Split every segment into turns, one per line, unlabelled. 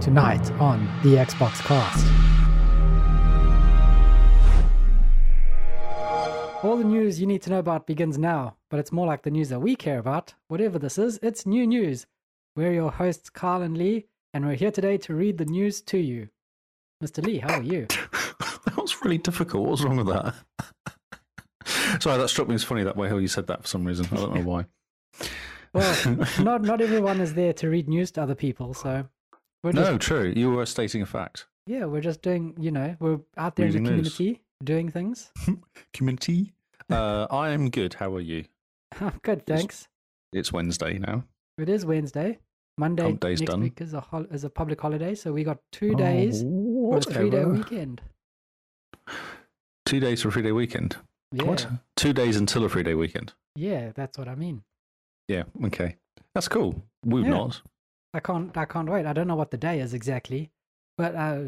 tonight on the Xbox Cast. All the news you need to know about begins now, but it's more like the news that we care about. Whatever this is, it's new news. We're your hosts, Carl and Lee, and we're here today to read the news to you. Mr. Lee, how are you?
that was really difficult. What's wrong with that? Sorry, that struck me as funny that way how you said that for some reason. I don't know why.
Well, not not everyone is there to read news to other people, so we're just,
No, true. You were stating a fact.
yeah, we're just doing, you know, we're out there in the
Reading news.
community doing things.
Community. Uh, I am good. How are you?
I'm good, thanks.
It's Wednesday now.
It is Wednesday. Monday
Hump day's
next
done. Oh,
week is a hol- is a public holiday, so we got two days for a three day
Whatever.
weekend.
Two days for a three day weekend.
Yeah,
What? Two days until a three day weekend.
yeah, that's what I mean.
Yeah. Okay. That's cool. We've
Yeah.
not.
I can't I can't wait. I don't know what the day is exactly, but uh,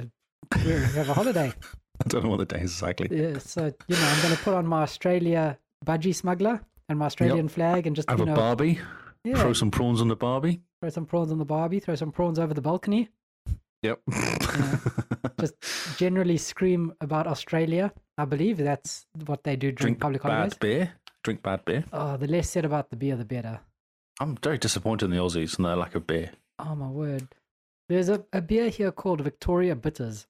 we have a holiday.
I don't know what the day is exactly.
Yeah, so you know, I'm going to put on my Australia budgie smuggler and my Australian flag, and just
Have
you
a
know,
barbie.
yeah,
Throw some prawns on the barbie.
throw some prawns on the barbie, throw some prawns over the balcony.
Yep.
Just generally scream about Australia. I believe that's what they do during
Drink
public holidays.
bad beer. Drink bad beer.
Oh, the less said about the beer, the better.
I'm very disappointed in the Aussies and their lack of beer.
Oh my word. There's a, a beer here called Victoria Bitters.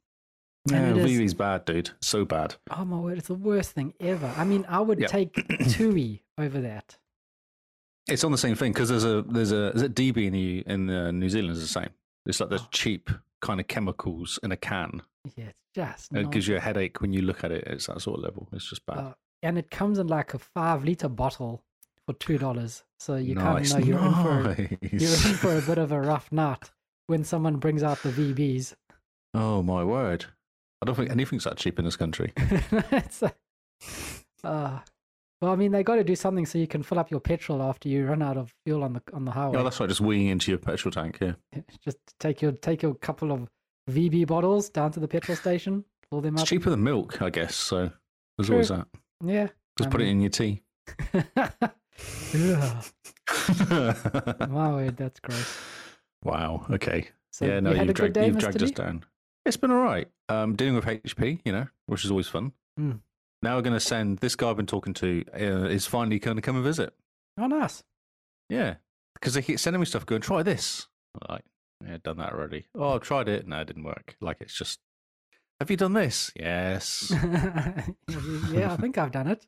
Yeah,
And it is-
Vivi's bad, dude. So bad.
Oh my word, it's the worst thing ever. I mean, I would
Yep.
take Tui over that.
It's on the same thing because there's a there's a is it DB in the in the New Zealand is the same. It's like there's
Oh.
cheap kind of chemicals in a can.
Yeah, it's just
and It
not-
gives you a headache when you look at it. It's that sort of level. It's just bad.
Oh, and it comes in like a five liter bottle for two dollars. So you
nice,
kind of know you're in for you're
nice.
in for a bit of a rough night when someone brings out the VBs.
oh my word! I don't think anything's that cheap in this country.
it's a, uh, well, I mean, they got to do something so you can fill up your petrol after you run out of fuel on the on the highway.
Oh, that's right. Just weeing into your petrol tank. Yeah.
just take your take your couple of VB bottles down to the petrol station, fill them
It's
up.
cheaper than milk, I guess. So there's
True.
always that.
Yeah.
Just
I
put it in your tea.
Ugh, Oh, my word, that's gross.
wow. Okay.
So
yeah, no,
you had
have
a good
dragged,
day,
you've
Mr.
dragged us
Lee?
down. It's been all right. Um, dealing with HP, you know, which is always fun.
Mm.
Now we're going to send this guy I've been talking to uh, is finally going to come and visit.
Oh, nice.
Yeah, because they keep sending me stuff. Going try this. I'm Like, yeah, done that already. Oh, I've tried it. No, it didn't work. Like, it's just. Have you done this? Yes.
yeah, I think I've done it.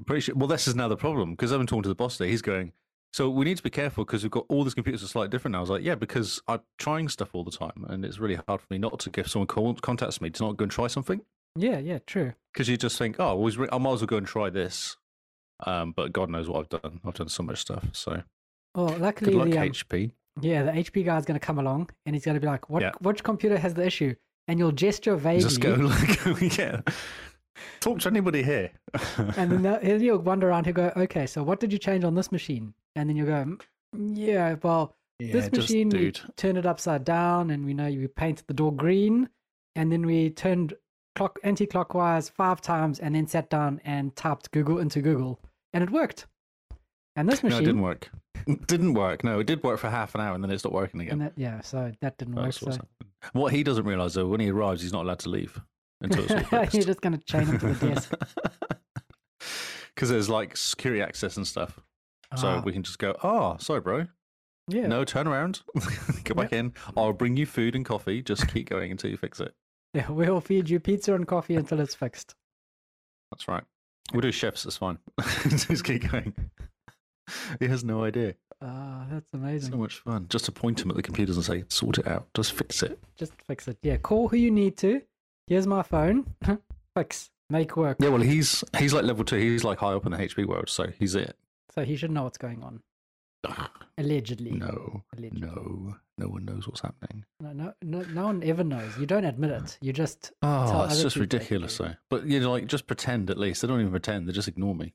I'm pretty sure. Well, this is now the problem because I've been talking to the boss today. He's going. So we need to be careful because we've got all these computers are slightly different now. I was like, yeah, because I'm trying stuff all the time, and it's really hard for me not to give someone call, contacts me to not go and try something.
Yeah, yeah, true.
because you just think, oh, well, he's re- I might as well go and try this. Um, but God knows what I've done. I've done so much stuff. So
Well,
good
luckily,
luck,
the, um,
HP.
yeah, the HP guy's going to come along and he's going to be like, "What?
Yeah.
Which computer has the issue?" And you'll gesture vaguely,
Just go, like, yeah. Talk to anybody here.
and then they'll- he'll- you'll wander around. He'll go, "Okay, so what did you change on this machine?" And then you'll go, "Mm, "Yeah, well, this machine
just,
we
dude.
turned it upside down and we know we painted the door green and then we turned clock anti-clockwise five times and then sat down and typed google into google and it worked and this
No, it
machine
didn't work. didn't work. No, it did work for half an hour, and then it stopped working again.
and that, yeah so that didn't work
That's
so
what's happened. What he doesn't realize though, when he arrives, he's not allowed to leave until it's all
you're
fixed.
just going to chain it to the desk
Because there's like security access and stuff, so
Ah,
we can just go. Oh, sorry, bro.
yeah
No, turn around. Go back in. I'll bring you food and coffee. Just keep going until you fix it.
yeah, we'll feed you pizza and coffee until it's fixed
That's right. We'll do chefs. That's fine. just keep going. He has no idea.
Ah, that's
So
amazing
much fun. Just to point him at the computers and say, sort it out. Just fix it.
just fix it yeah call who you need to here's my phone fix make work
Yeah, well, he's he's like level two. He's like high up in the HP world, so he's it.
so he should know what's going on
Ugh,
allegedly
No,
allegedly
no, no one knows what's happening.
No, no, no, no one ever knows. You don't admit it. You just Tell
Oh, it's
other
just
people they
ridiculous,
do.
though. But you know, like, just pretend at least. They don't even pretend. They just ignore me.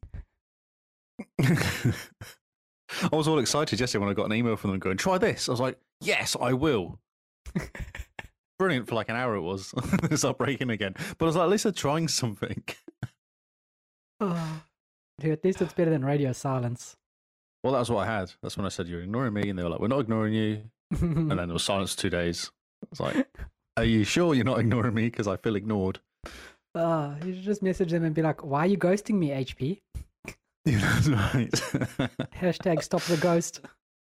I was all excited yesterday when I got an email from them going, "Try this." I was like, "Yes, I will." Brilliant for like an hour it was. it started breaking again, but I was like, "At least they're trying something."
"Oh." Dude, at least it's better than radio silence.
Well,
Hmm.
that's what I had. That's when I said, "You're ignoring me," and they were like, "We're not ignoring you." And then there was silence for two days. It's like, are you sure you're not ignoring me? Because I feel ignored.
Uh, you should just message them and be like, why are you ghosting me, HP?
You know, that's right.
Hashtag stop the ghost.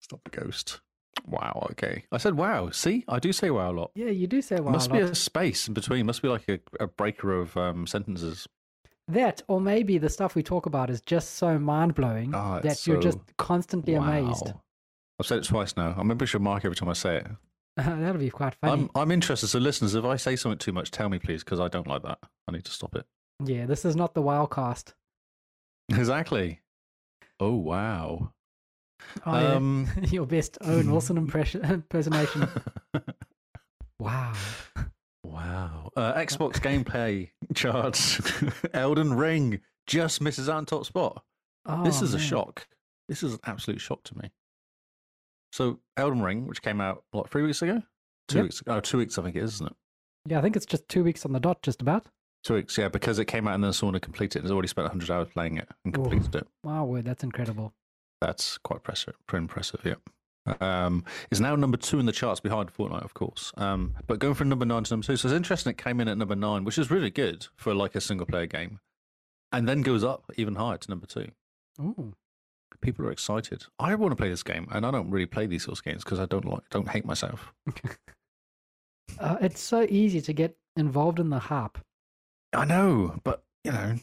Stop the ghost. Wow. Okay. I said wow. See, I do say wow a lot.
Yeah, you do say wow. a
Must be
lot.
a space in between. Must be like a, a breaker of um, sentences.
That, or maybe the stuff we talk about is just so mind blowing
Ah, it's
that you're just
so-
constantly amazed.
Wow. I've said it twice now. I'm pretty sure Mark every time I say it.
That'll be quite funny.
I'm, I'm interested. So, listeners, if I say something too much, tell me, please, because I don't like that. I need to stop it.
yeah, this is not the wowcast.
Exactly. Oh, wow.
Oh, yeah.
um, hmm.
Your best Owen Wilson impression impersonation. wow.
wow. Uh, Xbox gameplay charts. Elden Ring just misses out on top spot. this
Oh,
is a
man.
shock. This is an absolute shock to me. So, Elden Ring, which came out, what, three weeks ago? Two
Yep.
weeks ago. Oh, two weeks, I think it is, isn't it?
Yeah, I think it's just two weeks on the dot, just about.
Two weeks, yeah, because it came out and then someone had completed it. Has already spent 100 hours playing it and
Oof.
completed it.
Wow, word, that's incredible.
That's quite impressive. Pretty impressive, yeah. Um, it's now number two in the charts behind Fortnite, of course. Um, but going from number nine to number two, so it's interesting. It came in at number nine, which is really good for like a single player game, and then goes up even higher to number two.
Ooh.
People are excited. I want to play this game, and I don't really play these sorts of games because I don't like, don't hate myself.
Uh, it's so easy to get involved in the harp.
I know, but you know,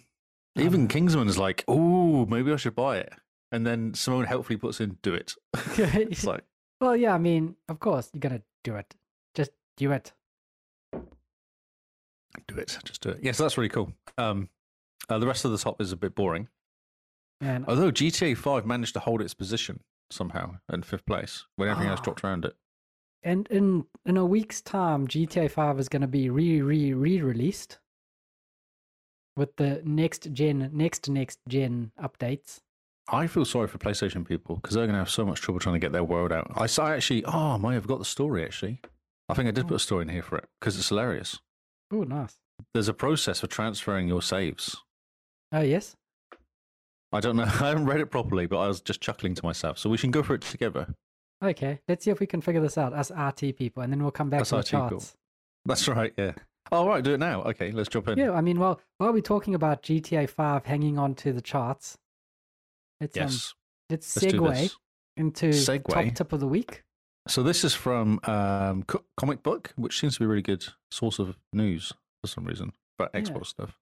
I
even
know.
Kingsman's like, oh, maybe I should buy it, and then Simone helpfully puts in, do it. it's like,
Well, yeah, I mean, of course, you're going to do it. Just do it.
do it, just do it. Yes, that's really cool. Um, uh, the rest of the top is a bit boring.
And
Although GTA 5 managed to hold its position somehow in fifth place when everything else
Ah.
dropped around it.
and in in a week's time, GTA Five is going to be re re re released with the next gen, next next gen updates.
I feel sorry for PlayStation people because they're going to have so much trouble trying to get their word out. I saw actually, oh, I might have got the story actually. I think I did put a story in here for it because it's hilarious.
Oh, nice.
There's a process for transferring your saves.
Oh yes.
I don't know. I haven't read it properly, but I was just chuckling to myself. So we should go for it together.
Okay. Let's see if we can figure this out, us RT people, and then we'll come back
Us
to the
RT people.
charts.
That's right. Yeah. All right. Do it now. Okay. Let's jump in.
Yeah, I mean, while while we're talking about GTA Five hanging on to the charts, let's um,
yes.
let's
Let's do
segue
this.
into top
Segue?
tip of the week.
So this is from um, co- comic book, which seems to be a really good source of news for some reason about
Yeah.
Xbox stuff.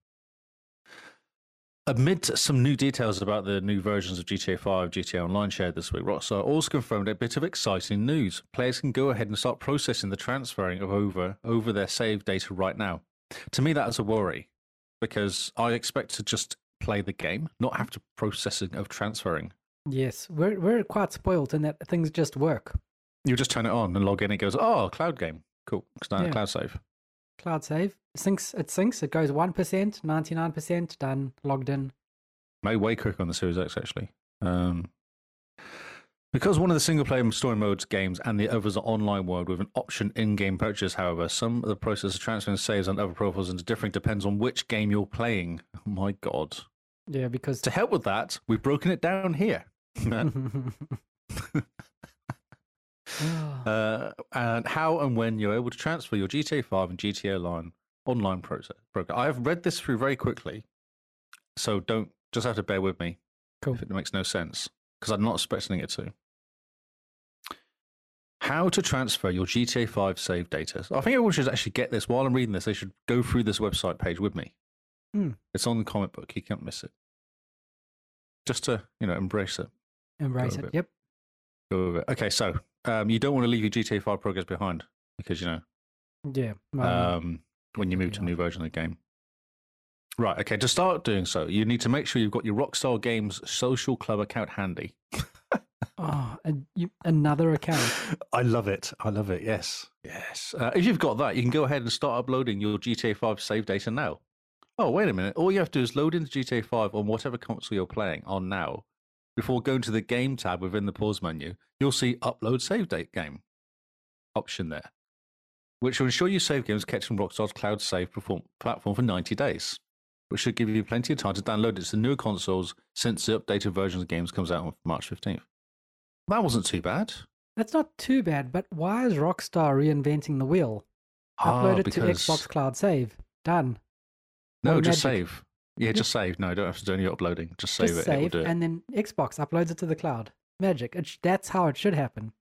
Amid some new details about the new versions of GTA 5, GTA Online shared this week, Rockstar also confirmed a bit of exciting news. Players can go ahead and start processing the transferring of over over their save data right now. To me, that is a worry because I expect to just play the game, not have to processing of transferring.
Yes, we're we're quite spoiled in that things just work.
You just turn it on and log in. It goes, oh, cloud game, cool.
Yeah.
Cloud save.
Cloud save syncs. It syncs. It goes one percent, ninety nine percent done. Logged in.
Made way quicker on the Series X actually. Um, because one of the single player story modes games and the others are online world with an option in game purchase, however, some of the process of transferring saves and other profiles into different depends on which game you're playing. Oh my god.
Yeah, because
To help with that, we've broken it down here.
Ah,
uh, and how and when you're able to transfer your GTA 5 and GTA Line online process program. I have read this through very quickly, so don't just have to bear with me
Cool.
if it makes no sense because I'm not expecting it to. How to transfer your GTA 5 save data. So I think everyone should actually get this while I'm reading this. They should go through this website page with me.
Hmm.
It's on the comic book. You can't miss it. Just to you know embrace it
embrace
Got a
it.
bit.
Yep.
go with it. Okay, so um, you don't want to leave your GTA 5 progress behind because, you know,
Yeah. well,
um, when you move to a
yeah.
new version of the game. Right, okay, to start doing so, you need to make sure you've got your Rockstar Games social club account handy.
oh, and you, another account.
I love it. I love it. Yes. Yes. Uh, if you've got that, you can go ahead and start uploading your GTA 5 save data now. Oh, wait a minute. All you have to do is load into GTA 5 on whatever console you're playing on now. Before going to the game tab within the pause menu, you'll see upload save date game option there, which will ensure your save games kept in Rockstar's cloud save perform- platform for 90 days, which should give you plenty of time to download it to newer consoles since the updated version of the games comes out on March 15th. That wasn't too bad.
That's not too bad, but why is Rockstar reinventing the wheel?
Ah,
Upload it to
because-
Xbox Cloud Save. Done.
No,
More
just
magic.
save. Yeah, just save. No, don't have to do any uploading. Just save
Just
it.
save,
it will do it.
and then Xbox uploads it to the cloud. Magic. It sh- that's how it should happen.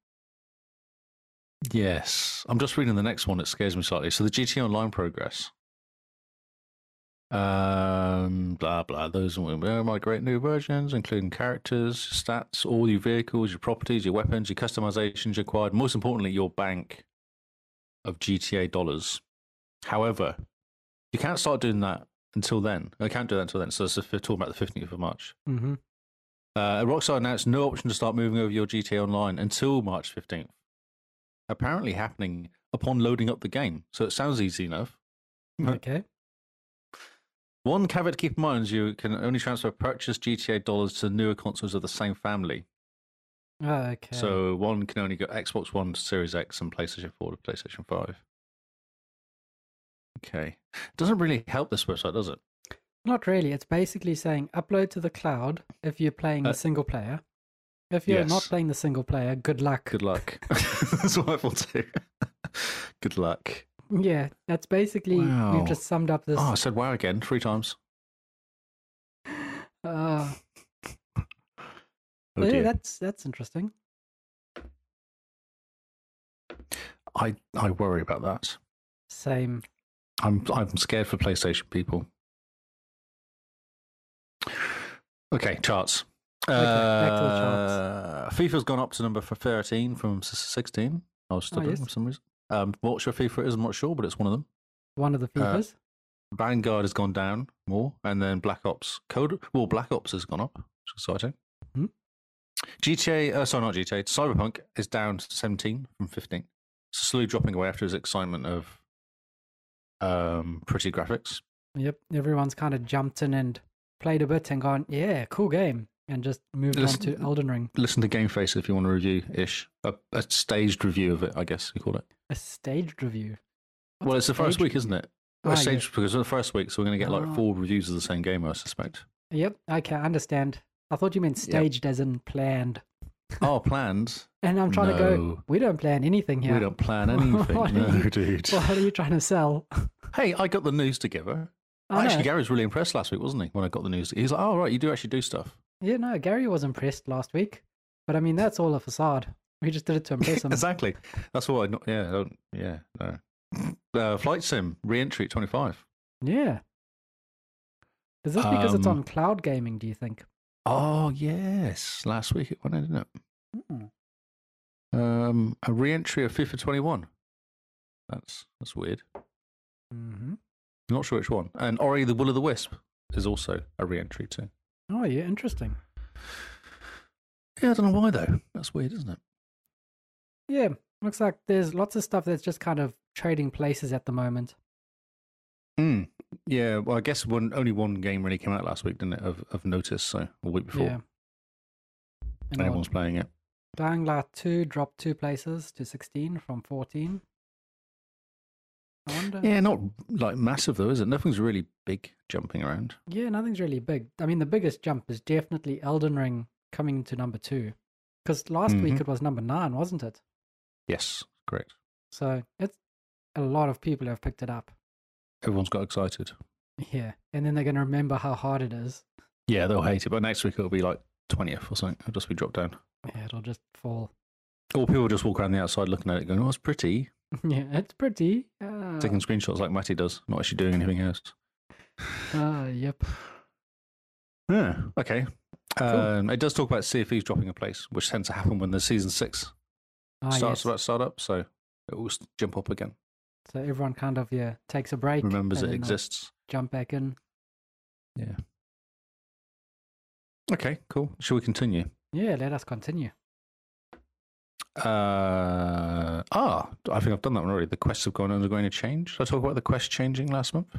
Yes. I'm just reading the next one. It scares me slightly. So the GT Online progress. Um, blah, blah. Those will migrate new versions, including characters, stats, all your vehicles, your properties, your weapons, your customizations required. Most importantly, your bank of GTA dollars. However, you can't start doing that until then. I can't do that until then. So this is we're talking about the 15th of March.
Mm-hmm.
Uh, Rockstar announced no option to start moving over your GTA Online until March 15th. Apparently happening upon loading up the game, so it sounds easy enough. Right.
Okay.
One caveat to keep in mind is you can only transfer purchased GTA dollars to newer consoles of the same family.
Oh, okay.
So one can only go Xbox One, Series X, and PlayStation 4 to PlayStation 5. Okay. Doesn't really help this website, does it?
Not really. It's basically saying upload to the cloud if you're playing
Uh,
the single player. If you're not
yes.
playing the single player, good luck.
Good luck. That's what I thought too. Good luck.
Yeah, that's basically
Wow.
we've just summed up this.
Oh, I said wow again three times.
uh,
Oh
yeah,
dear.
that's that's interesting.
I, I worry about that.
Same.
I'm I'm scared for PlayStation people. Okay, charts.
back to the charts.
Uh, FIFA's gone up to number for 13 from s- 16. I was stubborn
Oh, yes.
for some reason. Um, what sure FIFA is, I'm not sure, but it's one of them.
One of
Uh,
the FIFAs.
Vanguard has gone down more, and then Black Ops Code. Well, Black Ops has gone up, which is exciting.
Hmm.
GTA, uh, sorry, not GTA. Cyberpunk is down to 17 from 15, slowly dropping away after his excitement of um, pretty graphics.
Yep. Everyone's kind of jumped in and played a bit and gone, yeah, cool game, and just moved on
Listen-
to Elden Ring.
Listen to Game Face if you want to review ish a, a staged review of it, I guess you call it.
A staged review. What's
well,
a
it's the first
staged-
week, isn't it?
Ah,
a
yeah.
staged because it's the first week, so we're going to get like
Ah.
four reviews of the same game, I suspect.
Yep. Okay, I understand. I thought you meant
Yep.
staged as in planned.
oh, planned.
And I'm trying to go.
No.
We don't plan anything here.
We don't plan anything.
What are
no,
you-
dude.
What are you trying to sell?
Hey, I got the news together.
I
actually,
know.
Gary was really impressed last week, wasn't he? When I got the news, he was like, "Oh, right, you do actually do stuff."
Yeah, no, Gary was impressed last week. But I mean, that's all a facade. We just did it to impress him.
exactly. That's what I. Not, yeah, I don't, yeah, no. Uh, flight sim re-entry at twenty five.
Yeah. Is this because it's
Um,
on cloud gaming, do you think?
Oh yes, last week it went, in, didn't it?
Mm.
Um, a re-entry of FIFA twenty one. That's that's weird.
hmm
I'm not sure which one. And Ori the Will of the Wisp is also a re-entry too.
Oh, yeah, interesting.
Yeah, I don't know why though. That's weird, isn't it?
Yeah, looks like there's lots of stuff that's just kind of trading places at the moment.
Mm. Yeah, well, I guess one only one game really came out last week, didn't it? Of of notice, so the week before.
Yeah. And now
anyone's playing it.
Dying Light 2 dropped two places to 16 from um, 14. I wonder.
Yeah, not like massive though, is it? Nothing's really big jumping around.
Yeah, nothing's really big. I mean, the biggest jump is definitely Elden Ring coming to number two, because last week
Mhm.
it was number nine, wasn't it?
Yes, great.
So it's a lot of people have picked it up.
Everyone's got excited.
Yeah, and then they're going to remember how hard it is.
Yeah, they'll hate it, but next week it'll be like twentieth or something. It'll just be dropped down.
Yeah, it'll just fall.
Or people just walk around the outside looking at it, going, "Oh, it's pretty,"
yeah, it's pretty. Uh,
taking screenshots like Matty does, not actually doing anything else.
uh, yep.
Yeah. Okay. Um, it does talk about CFEs dropping a place, which tends to happen when the season six
Ah,
starts
yes.
about start up, so it will s- jump up again.
So everyone kind of yeah takes a break,
Remembers
and
it
then they'll
exists.
Jump back in.
Okay, cool. Shall we continue?
Yeah, let us continue.
Uh, ah, I think I've done that one already. The quests have gone undergoing a change. Did I talk about the quest changing last month?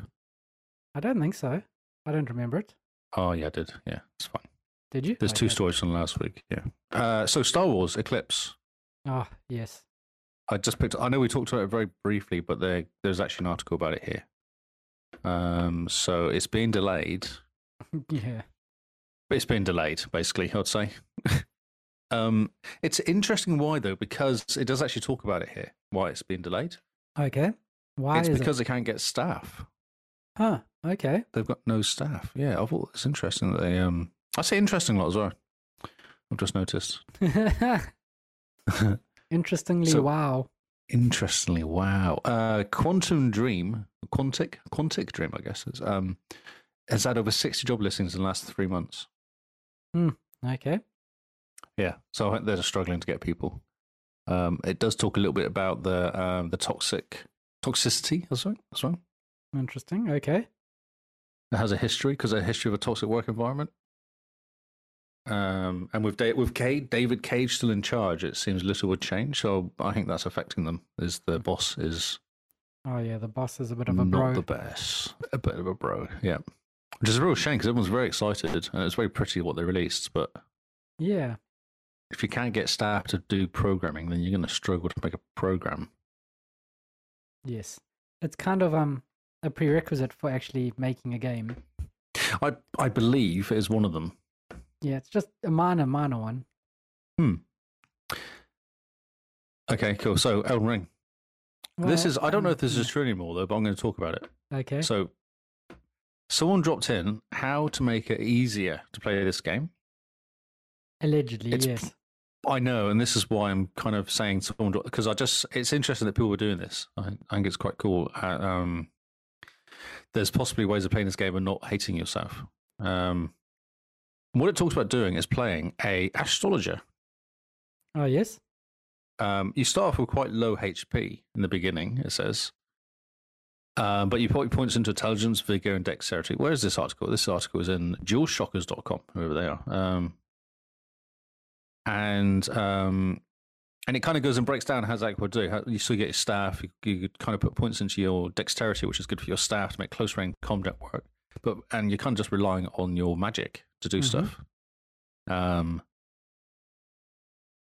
I don't think so. I don't remember it.
Oh, yeah, I did. Yeah, it's fine.
Did you?
There's two
Okay.
stories from last week. Yeah. Uh, so Star Wars Eclipse.
Oh yes.
I just picked. I know we talked about it very briefly, but there there's actually an article about it here. Um, so it's been delayed.
yeah.
It's been delayed, basically. I'd say. Um, it's interesting why though, because it does actually talk about it here. Why it's been delayed?
Okay. Why
it's
is
because they can't get staff.
it? Huh. Okay.
They've got no staff. Yeah, I thought it's interesting that they. Um, I say interesting a lot as well. I've just noticed.
Interestingly,
So-
wow.
Interestingly, wow. Uh, Quantum Dream, Quantic, Quantic Dream, I guess, is, um, has had over 60 job listings in the last three months.
Okay.
Yeah. So I think they're struggling to get people. Um, it does talk a little bit about the um, the toxic toxicity as well. As well.
Interesting. Okay.
It has a history because a history of a toxic work environment. Um, and with da- with Cade, David Cage still in charge, it seems little would change. So I think that's affecting them. Is the boss is
Oh yeah, the boss is a bit of a
not
bro.
the best. A bit of a bro, yeah. Which is a real shame because everyone's very excited and it's very pretty what they released. But
Yeah.
if you can't get staff to do programming, then you're going to struggle to make a program.
Yes. It's kind of um a prerequisite for actually making a game.
I I believe is one of them.
Yeah, it's just a minor, minor one.
Okay, cool. So Elden Ring.
Well,
this
um,
is I don't know if this
yeah.
is true anymore though, but I'm going to talk about it.
okay.
So someone dropped in how to make it easier to play this game.
Allegedly,
it's-
yes.
I know, and this is why I'm kind of saying someone because I just it's interesting that people are doing this. I, I think it's quite cool. Uh, um, there's possibly ways of playing this game and not hating yourself. Um, what it talks about doing is playing a astrologer.
Oh yes.
Um, you start off with quite low HP in the beginning, it says. Um, but you point points into intelligence, vigor, and dexterity. Where is this article? This article is in dualshockers.com, whoever they are. Um, and um, and it kind of goes and breaks down how Zach would do. How, you still get your staff. You, you could kind of put points into your dexterity, which is good for your staff to make close range combat work. But and you're kind of just relying on your magic to do
Mhm.
stuff. Um,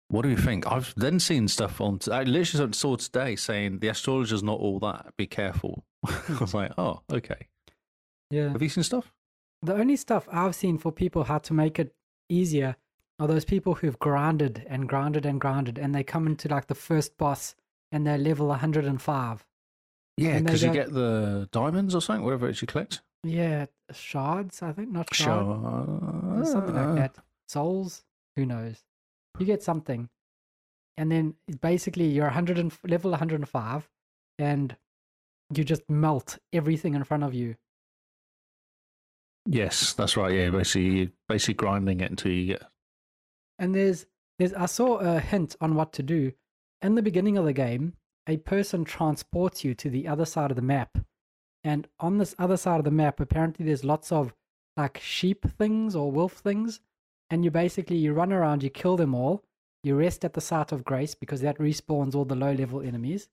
what do you think? I've then seen stuff on. I literally saw today saying the astrologer's not all that. Be careful. I was like, oh, okay.
Yeah.
Have you seen stuff?
The only stuff I've seen for people how to make it easier are those people who've grinded and grinded and grinded and they come into like the first boss and they're level 105.
Yeah,
And they
because you
go-
get the diamonds or something, whatever it is you collect.
Yeah, shards, I think, not shards.
Sure.
or something like that. Souls, who knows? You get something, and then it's basically you're 100 and, level 105, and you just melt everything in front of you.
Yes, that's right. Yeah, basically, you're basically grinding it until you get.
And there's there's I saw a hint on what to do in the beginning of the game. A person transports you to the other side of the map, and on this other side of the map, apparently there's lots of like sheep things or wolf things, and you basically you run around, you kill them all, you rest at the site of grace because that respawns all the low level enemies.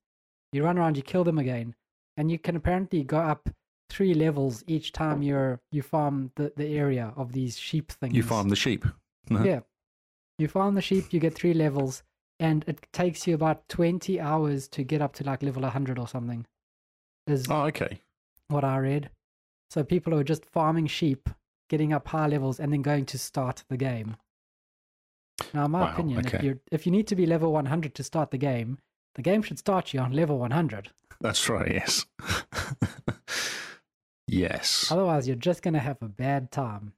You run around, you kill them again, and you can apparently go up three levels each time you're you farm the, the area of these sheep things.
You farm the sheep.
Yeah. You farm the sheep, you get three levels, and it takes you about 20 hours to get up to like level 100 or something, is
Oh, okay.
what I read. So people who are just farming sheep, getting up high levels, and then going to start the game. Now, in my
Wow,
opinion, if,
okay.
you're, if you need to be level 100 to start the game, the game should start you on level 100.
That's right. Yes. yes.
Otherwise, you're just going to have a bad time.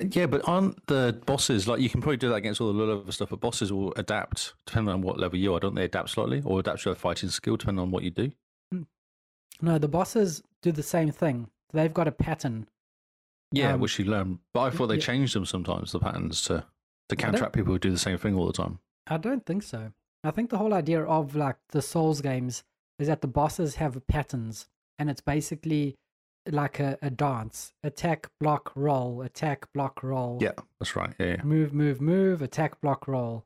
Yeah, but aren't the bosses like you can probably do that against all the low level stuff? But bosses will adapt depending on what level you are. Don't they adapt slightly, or adapt your fighting skill depending on what you do?
No, the bosses do the same thing. They've got a pattern.
Yeah,
Um,
which you learn. But I thought they
yeah.
changed them sometimes the patterns to to
don't-
counteract people who do the same thing all the time.
I don't think so. I think the whole idea of like the Souls games is that the bosses have patterns and it's basically like a, a dance attack, block, roll, attack, block, roll.
Yeah, that's right. Yeah. yeah.
Move, move, move, attack, block, roll.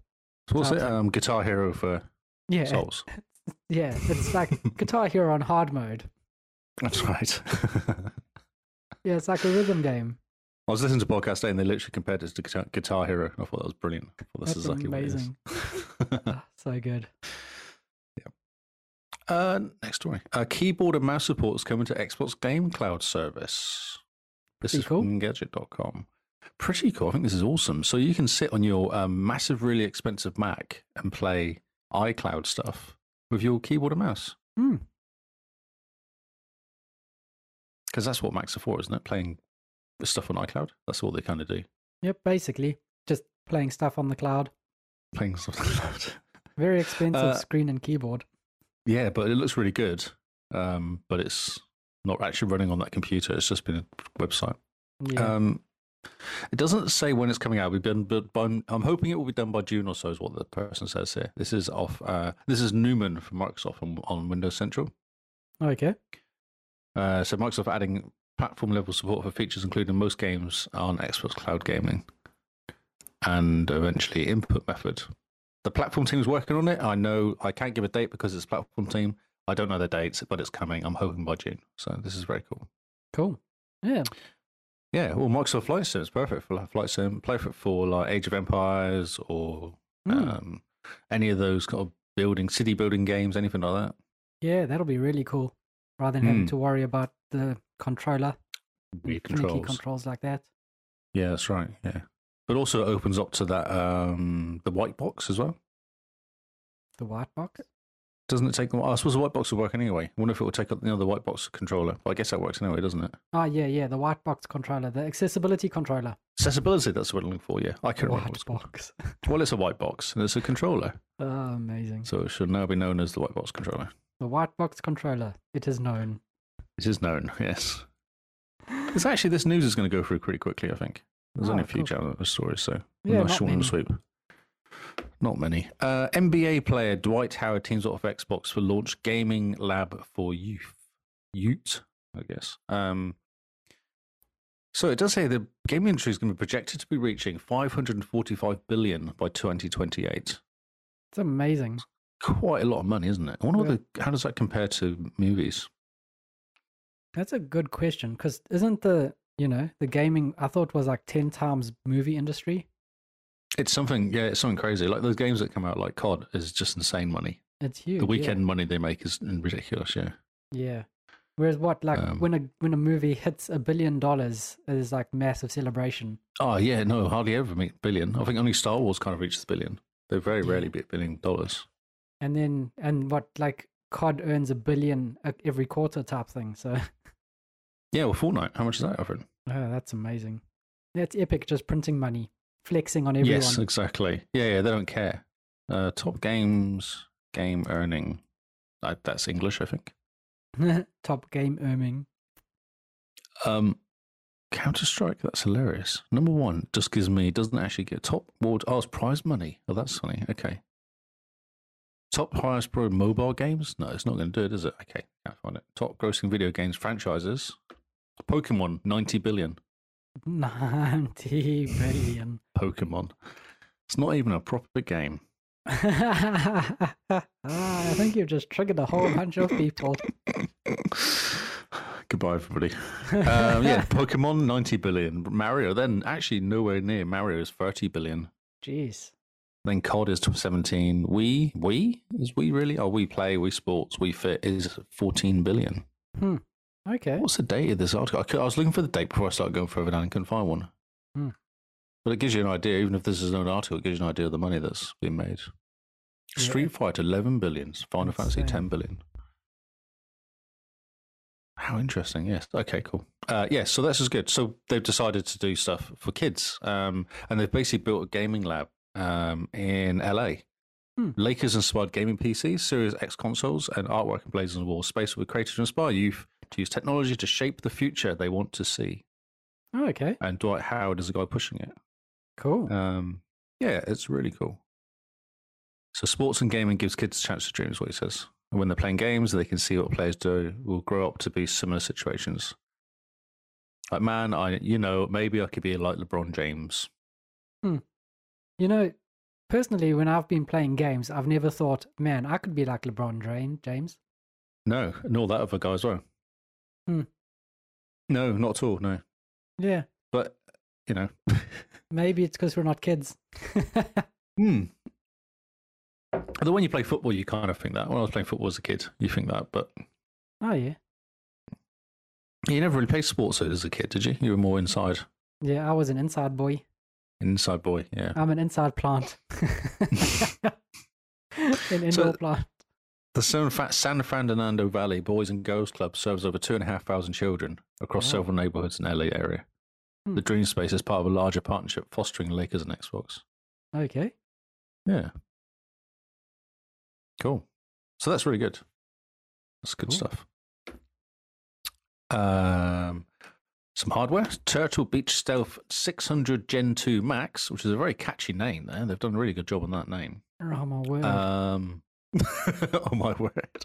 So what's
Sounds
it?
like-
Um, Guitar Hero for
Yeah.
Souls.
Yeah. It's like Guitar Hero on hard mode.
That's right.
Yeah. It's like a rhythm game.
I was listening to a podcast today and they literally compared it to Guitar, Guitar Hero. I thought that was brilliant. I thought this
That's
is exactly
amazing.
what it is.
Ah, so good.
Uh, next story. Uh, keyboard and mouse support is coming to Xbox Game Cloud service. This
Pretty
is
cool.
from Engadget.com. Pretty cool. I think this is awesome. So you can sit on your um, massive, really expensive Mac and play iCloud stuff with your keyboard and mouse.
Hmm.
Because that's what Macs are for, isn't it? Playing stuff on iCloud. That's all they kind of do.
Yep, basically just playing stuff on the cloud.
Playing stuff on iCloud.
Very expensive
Uh,
screen and keyboard.
Yeah, but it looks really good. Um, but it's not actually running on that computer. It's just been a website.
Yeah.
Um, it doesn't say when it's coming out. We've done, but but I'm, I'm hoping it will be done by June or so. Is what the person says here. This is off. Uh, this is Newman from Microsoft on, on Windows Central.
okay.
Uh, so Microsoft adding platform level support for features including most games on Xbox Cloud Gaming, and eventually input method. The platform team is working on it. I know I can't give a date because it's platform team. I don't know the dates, but it's coming. I'm hoping by June. So this is very cool.
Cool. Yeah.
Yeah, well, Microsoft Flight Sim is perfect for Flight Sim. Perfect for like Age of Empires or
Hmm.
um, any of those kind of building city building games, anything like that.
Yeah, that'll be really cool. Rather than having
Mm.
to worry about the controller,
Weird
finicky controls like that.
Yeah, that's right. Yeah, but also it opens up to that um the white box as well.
The white box.
Doesn't it take? Well, I suppose the white box will work anyway. I wonder if it will take up you know, the white box controller. But I guess that works anyway, doesn't it?
Ah, yeah, yeah, the white box controller, the accessibility controller.
Accessibility. That's what I'm looking for. Yeah, I can't remember. what
White
it's called.
box.
Well, it's a white box and it's a controller,
Oh, amazing.
so it should now be known as the white box controller.
The white box controller. It is known.
It is known. Yes, it's actually this news is going to go through pretty quickly. I think there's only
Oh,
a few
cool.
channel stories, so
Yeah,
nice
not
short and
many.
sweep. Not many. Uh, NBA player Dwight Howard teams up with Xbox for launch gaming lab for youth. Ute, I guess. Um, so it does say the gaming industry is going to be projected to be reaching 545 billion by 2028.
It's amazing.
Quite a lot of money, isn't it? I wonder what
Yeah.
the, how does that compare to movies?
That's a good question because isn't the you know the gaming I thought was like ten times movie industry.
It's something, yeah, it's something crazy. Like those games that come out, like COD, is just insane money.
It's huge.
The
yeah.
weekend money they make is ridiculous. Yeah,
Yeah. Whereas what like
Um,
when a when a movie hits a billion dollars it is like massive celebration.
Oh yeah, no, hardly ever meet billion. I think only Star Wars kind of reaches the billion. They very
Yeah.
rarely beat billion dollars.
And then and what like COD earns a billion e- every quarter type thing. So
Yeah, well, Fortnite. How much is that, Alfred?
Oh, that's amazing. That's epic just printing money, flexing on everyone.
Yes, exactly. Yeah, yeah, they don't care. Uh, top games game earning. I, that's English, I think.
Top game earning.
Um, Counter Strike. That's hilarious. Number one just gives me doesn't actually get top award. Oh, it's prize money. Oh, that's funny. Okay. Top highest pro mobile games? No, it's not going to do it, is it? Okay, can't find it. Top grossing video games franchises. Pokemon, ninety billion.
90 billion.
Pokemon. It's not even a proper game.
Ah, I think you've just triggered a whole bunch of people.
Goodbye, everybody. Um, yeah, Pokemon 90 billion. Mario, then actually nowhere near. Mario is 30 billion.
Jeez.
Then COD is 17. We, we? Is we really? Oh, we play, we sports, we fit is 14 billion.
Okay.
What's the date of this article? I, cou- I was looking for the date before I started going further down and couldn't find one.
Hmm.
But it gives you an idea, even if this is not an article, it gives you an idea of the money that's been made.
Yeah.
Street Fighter, 11 billions. Final Fantasy,
Insane.
10 billion. How interesting. Yes. Okay, cool. Uh, yes, so this is good. So they've decided to do stuff for kids. Um, and they've basically built a gaming lab um, in LA.
Hmm.
Lakers inspired gaming PCs, Series X consoles, and artwork and blazons on the wall. Space with creators to inspire youth to use technology to shape the future they want to see.
Oh, okay.
And Dwight Howard is the guy pushing it.
Cool.
Um, yeah, it's really cool. So sports and gaming gives kids a chance to dream, is what he says. And when they're playing games, they can see what players do will grow up to be similar situations. Like, man, I you know maybe I could be like LeBron James.
You know, personally, when I've been playing games, I've never thought, man, I could be like LeBron Drain, James.
No, and all that other guy as well.
Hmm.
No, not at all. No,
Yeah.
but you know,
Maybe it's because we're not kids.
Hmm. Although when you play football, you kind of think that. When I was playing football as a kid, you think that, but
oh, yeah.
you never really played sports as a kid, did you? You were more inside.
Yeah, I was an inside boy.
Inside boy, yeah.
I'm an inside plant. an indoor
So-
plant.
The San, Fa- San Fernando Valley Boys and Girls Club serves over two and a half thousand children across
Wow.
several neighborhoods in LA area.
Hmm.
The Dream Space is part of a larger partnership fostering Lakers and Xbox.
Okay.
Yeah. Cool. So that's really good. That's good
Cool.
stuff. Um, some hardware Turtle Beach Stealth 600 Gen 2 Max, which is a very catchy name there. They've done a really good job on that name.
Oh my word.
Um, oh my word!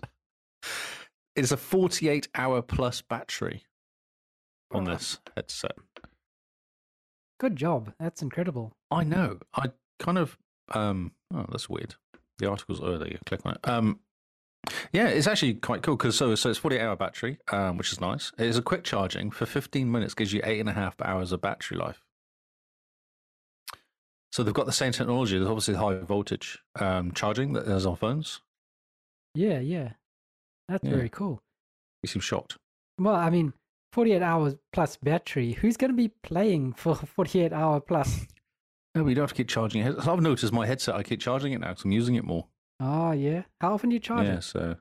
It's a 48 hour plus battery on
Wow.
this headset.
Good job. That's incredible.
I know. I kind of. Um, oh, that's weird. The article's oh, there you go, click on it. Um, yeah, it's actually quite cool because so so it's 48 hour battery, um, which is nice. It is a quick charging for 15 minutes, gives you eight and a half hours of battery life. So they've got the same technology. There's obviously high voltage um, charging that there's on phones.
Yeah, yeah. That's
Yeah.
very cool.
You seem shocked.
Well, I mean, 48 hours plus battery. Who's going to be playing for 48 hour plus?
No, but you don't have to keep charging your headset. I've noticed my headset, I keep charging it now because I'm using it more.
Oh, yeah. How often do you charge
yeah,
it?
so.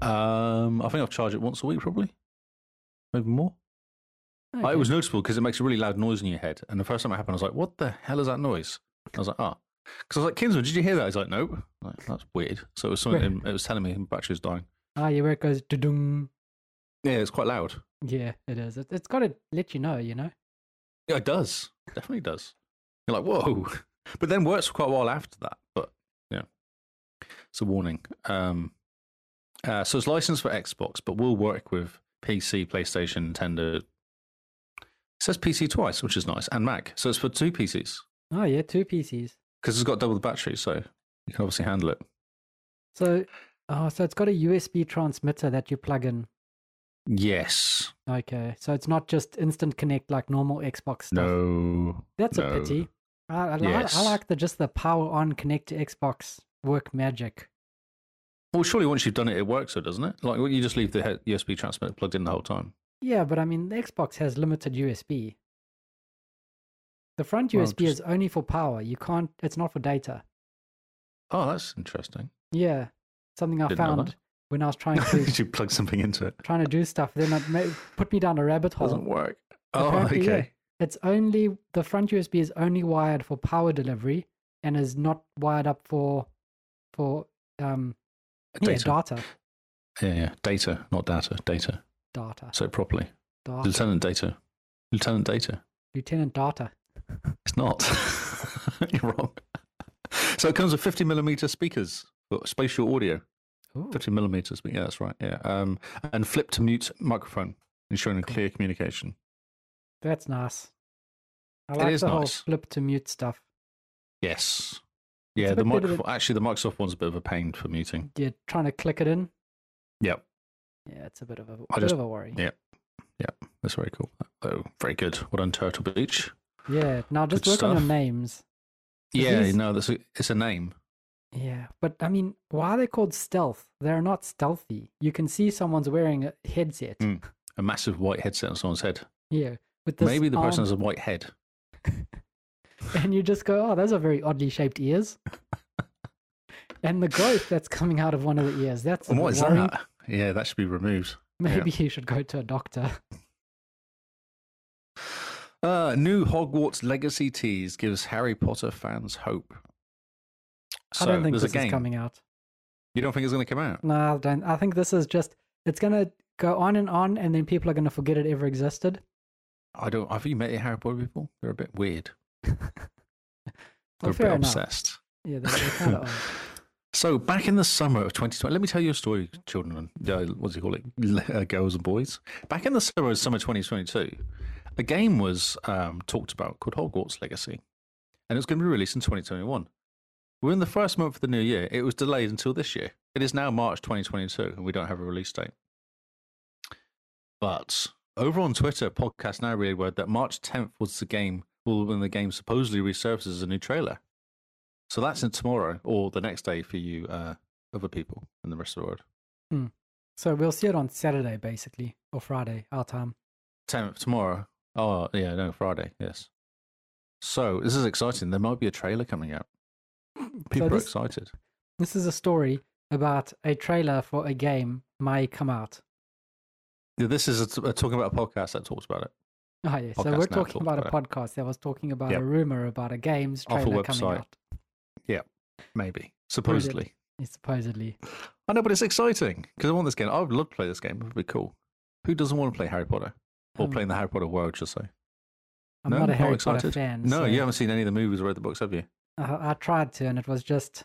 Um, I think I've charged it once a week, probably. Maybe more. I-
Okay.
It was noticeable because it makes a really loud noise in your head. And the first time it happened, I was like, what the hell is that noise? I was like, ah. Because I was like, Kinsman, did you hear that? He's like, nope. I'm Like, That's weird. So it was, something, it was telling me the battery was dying.
Ah, yeah, where it goes, dudung.
Yeah, it's quite loud.
Yeah, it is. It, it's got to let you know, you know?
Yeah, it does. Definitely does. You're like, whoa. But then works for quite a while after that. But yeah, it's a warning. Um, uh, so it's licensed for Xbox, but will work with PC, PlayStation, Nintendo. It says PC twice, which is nice, and Mac. So it's for two PCs
Oh, yeah, two PCs.
because it's got double the battery, so you can obviously handle it.
So, oh, so it's got a USB transmitter that you plug in.
Yes.
Okay, so it's not just instant connect like normal Xbox stuff.
No.
That's
no.
a pity. I, I, li- I
Yes.
like the just the power on connect to Xbox work magic.
Well, surely once you've done it, it works, though, doesn't it? Like, you just leave the he- USB transmitter plugged in the whole time.
Yeah, but I mean the Xbox has limited USB. The front
Well,
USB is only for power. You can't. It's not for data.
Oh, that's interesting.
Yeah, something I
Didn't know that.
found when I was trying to
you plug something into it?
trying to do stuff. Then it ma- put me down a rabbit hole.
Doesn't work. Oh,
Apparently, yeah.
okay.
It's only the front USB is only wired for power delivery and is not wired up for for um yeah,
Data.
data
Yeah, yeah. Data, not data. Data.
data
Say it properly.
data
Lieutenant data. Lieutenant data.
lieutenant data.
It's not. You're wrong. So it comes with 50 millimeter speakers for spatial audio.
Ooh,
50 millimeters, but yeah, that's right. Yeah. Um, and flip to mute microphone, ensuring a clear communication.
that's nice. I
It
like
is
the whole
nice.
flip to mute stuff.
Yes.
It's
Yeah,
a bit
the
better than-
microphone. Actually, the Microsoft one's a bit of a pain for muting.
You're trying to click it in.
Yep.
Yeah, it's a bit of a
I
bit
just-
of a worry.
yeah. That's very cool. Oh, very good. Well done, Turtle Beach.
Yeah. Now just
Good
work on your
stuff.
names.
Yeah,
these-
no, that's a, it's a name.
Yeah, but I mean, why are they called stealth? They're not stealthy. You can see someone's wearing a headset.
Mm. A massive white headset on someone's head.
Yeah, with this
Maybe the
arm-
person has a white head.
and you just go, "Oh, those are very oddly shaped ears." and the growth that's coming out of one of the ears, that's
And what is
worrying.
that? Yeah, that should be removed.
Maybe you should go to a doctor.
Uh, new Hogwarts Legacy tease gives Harry Potter fans hope. So
I don't think
there's
this
a game.
is coming out.
You don't think it's going to come out?
No, I don't. I think this is just it's going to go on and on and then people are going to forget it ever existed.
I don't. Have you met Harry Potter people? They're a bit weird. They're
Well,
a bit
fair enough.
obsessed.
Yeah, they're, they're kind of
So back in the summer of 2020, let me tell you a story, children. and, Uh, what do you call it, L- uh, girls and boys? Back in the summer of summer 2022, a game was um, talked about called Hogwarts Legacy, and it's going to be released in 2021. We're in the first month of the new year. It was delayed until this year. It is now March 2022, and we don't have a release date. But over on Twitter, podcast now relayed word that March 10th was the game. Well, when the game supposedly resurfaces as a new trailer. So that's in tomorrow or the next day for you uh, other people in the rest of the world.
So we'll see it on Saturday basically or Friday our time.
10th tomorrow. Oh, yeah, no, Friday, yes. So this is exciting. There might be a trailer coming out. People
this-
are excited.
This is a story about a trailer for a game may come out.
Yeah, This is a, a talking about a podcast that talks about it.
Oh, yeah. So
Podcast
we're
now
talking
talked
about a
about
podcast that was talking about
Yep.
a rumor about a game's
Off a
trailer coming
website.
out,
Maybe, supposedly.
yeah, supposedly.
I know, but it's exciting because I want this game. I would love to play this game. It would be cool. Who doesn't want to play Harry Potter or
Um,
play in the Harry Potter world? Should I say?
I'm
No,
not a
not
Harry Potter
excited.
fan.
No,
so
you haven't seen any of the movies or read the books, have you?
I, I tried to, and it was just,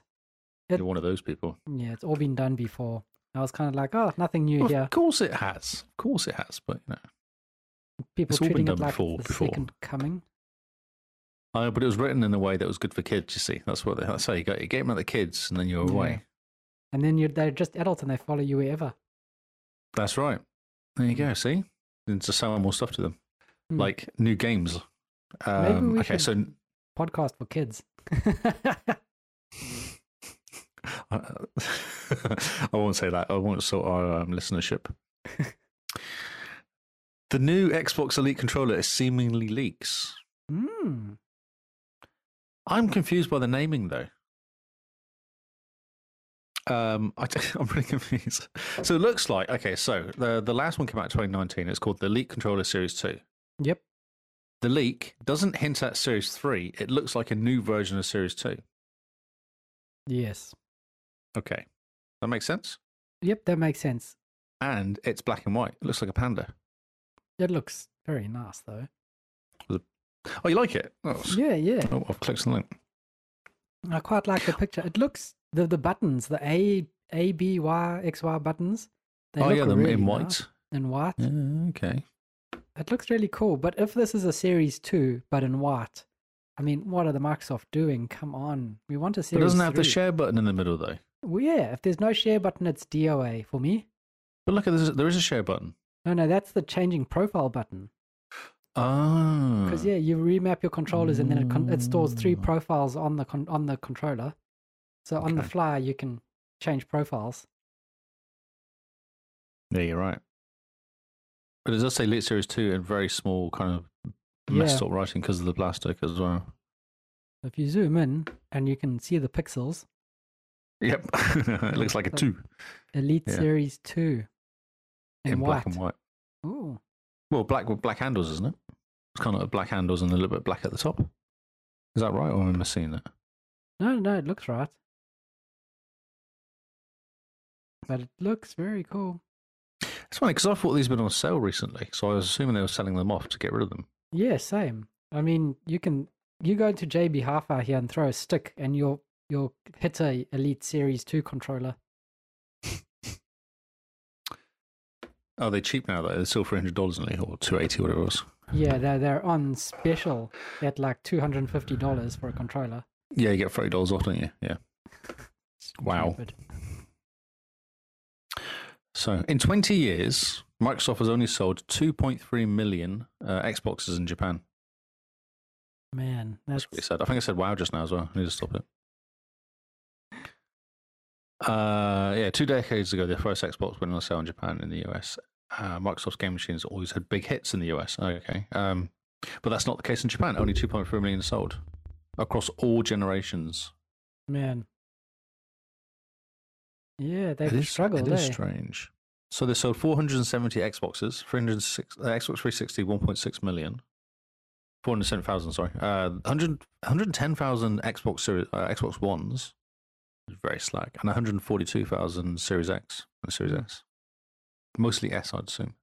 It-
You're one of those people.
yeah, it's all been done before. I was kind of like, oh, nothing new
Well,
here.
Of course it has. Of course it has. But you know,
People
it's all been
treating it
done
like
before-
the
before.
second coming.
Uh, but it was written in a way that was good for kids. You see, that's what they that's how you got your game at the kids, and then you're
Yeah.
away.
And then you're they're just adults and they follow you wherever.
That's right. There you go. See, and to sell more stuff to them,
Mm. Hmm.
like new games.
Maybe
Um,
we
okay,
should-
so
Podcast for kids.
I I won't say that. I won't sort our um, listenership. the new Xbox Elite controller is seemingly leaks.
mm.
I'm confused by the naming though. Um, I, am really confused. So it looks like okay. So the the last one came out in 2019. It's called the Elite Controller Series Two.
Yep.
The leak doesn't hint at Series Three. It looks like a new version of Series Two.
Yes.
Okay, that makes sense.
Yep, that makes sense.
And it's black and white. It looks like a panda.
It looks very nice though.
Oh, you like it? Oh, s-
Yeah, yeah.
oh, I've clicked on the link.
I quite like the picture. It looks the the buttons, the A A B Y X Y buttons. They
oh,
look
yeah, they're
really
in
nice.
white.
In white.
Yeah, okay.
It looks really cool. But if this is a series two, but in white, I mean, what are the Microsoft doing? Come on, we want a
But it
series.
doesn't have the
three.
share button in the middle, though.
Well, yeah, if there's no share button, it's DOA for me.
But look, at this, there is a share button.
No, no, that's the changing profile button.
Oh.
Because yeah, you remap your controllers, and then it, con- it stores three
Mm.
profiles on the con- on the controller. So on the
Okay.
fly, you can change profiles.
Yeah, you're right. But it does say Elite Series 2 in very small, kind of messed
Yeah.
up writing because of the plastic as well.
If you zoom in and you can see the pixels,
Yep. it looks like a
But
2
Elite
Yeah.
Series Two
in black and white.
Ooh,
Well, black with black handles, isn't it? It's kind of like black handles and a little bit black at the top. Is that right, or am I missing that?
no, no, it looks right. But it looks very cool.
It's funny because I thought these had been on sale recently, so I was assuming they were selling them off to get rid of them.
Yeah, same. I mean, you can you go to JB Hi-Fi here and throw a stick, and you'll you'll hit a Elite Series Two controller.
Oh, they're cheap now though. They're still three hundred dollars, only or two eighty, whatever it was.
Yeah, they're they're on special at like two hundred and fifty dollars for a controller.
Yeah, you get thirty dollars off, don't you? Yeah. Wow.
Stupid.
So in twenty years, Microsoft has only sold two point three million uh, Xboxes in Japan.
Man, that's
That's what he said. I think I said wow just now as well. I need to stop it. Uh, yeah, two decades ago, the first Xbox went on sale in Japan and the US. Uh, Microsoft's game machines always had big hits in the US. Okay. Um, but that's not the case in Japan. Only 2.3 million sold across all generations.
man. Yeah,
It
they've
is-
struggled.
It is
eh?
strange. So they sold 470 Xboxes, 306, uh, Xbox 360, 1.6 million. 470,000, sorry. Uh, 100, 110,000 Xbox, Series- uh, Xbox Ones, which is very slack, and 142,000 Series X and Series S. Mostly S, I'd assume.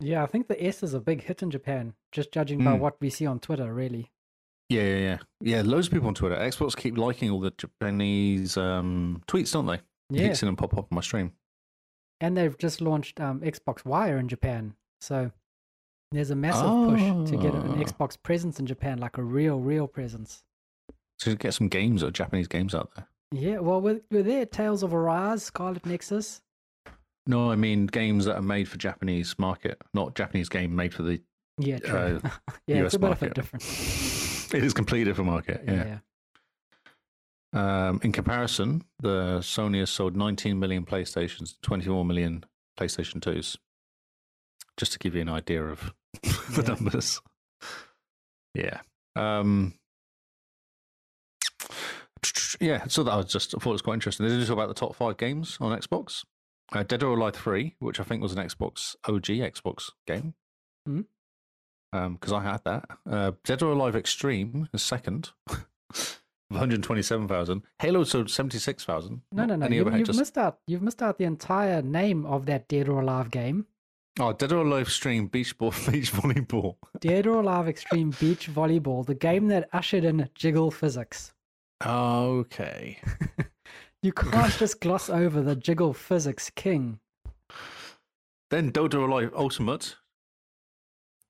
Yeah, I think the S is a big hit in Japan, just judging by
Mm.
what we see on Twitter. Really,
Yeah, yeah, yeah. Yeah, loads of people on Twitter. Xbox keep liking all the Japanese um, tweets, don't they? You
yeah.
keep seeing them pop up on my stream.
And they've just launched um, Xbox Wire in Japan, so there's a massive push to get an
Ah.
Xbox presence in Japan, like a real, real presence.
So get some games or Japanese games out there.
Yeah, well, were, were there Tales of Arise, Scarlet Nexus?
No, I mean games that are made for Japanese market, not Japanese game made for the.
Yeah, true.
Uh,
yeah, it's
US
a bit of a
market.
different.
it is completely different market. Yeah. Um, in comparison, the Sony has sold 19 million PlayStations, 24 million PlayStation Twos. Just to give you an idea of the
Yeah.
numbers. yeah. Um, yeah, so that I was just I thought it was quite interesting. They did talk about the top five games on Xbox. Uh, Dead or Alive Three, which I think was an Xbox OG Xbox game, because
Mhm.
I had that. Uh, Dead or Alive Extreme is second, one hundred twenty-seven thousand. Halo sold seventy-six thousand.
No, no, no.
Any
You,
overhead,
have
just
missed out. You've missed out the entire name of that Dead or Alive game.
oh, Dead or Alive Extreme Beach Ball Beach Volleyball.
Dead or Alive Extreme Beach Volleyball, the game that ushered in jiggle physics.
Okay.
You can't just gloss over the jiggle physics king.
Then Dead or Alive Ultimate.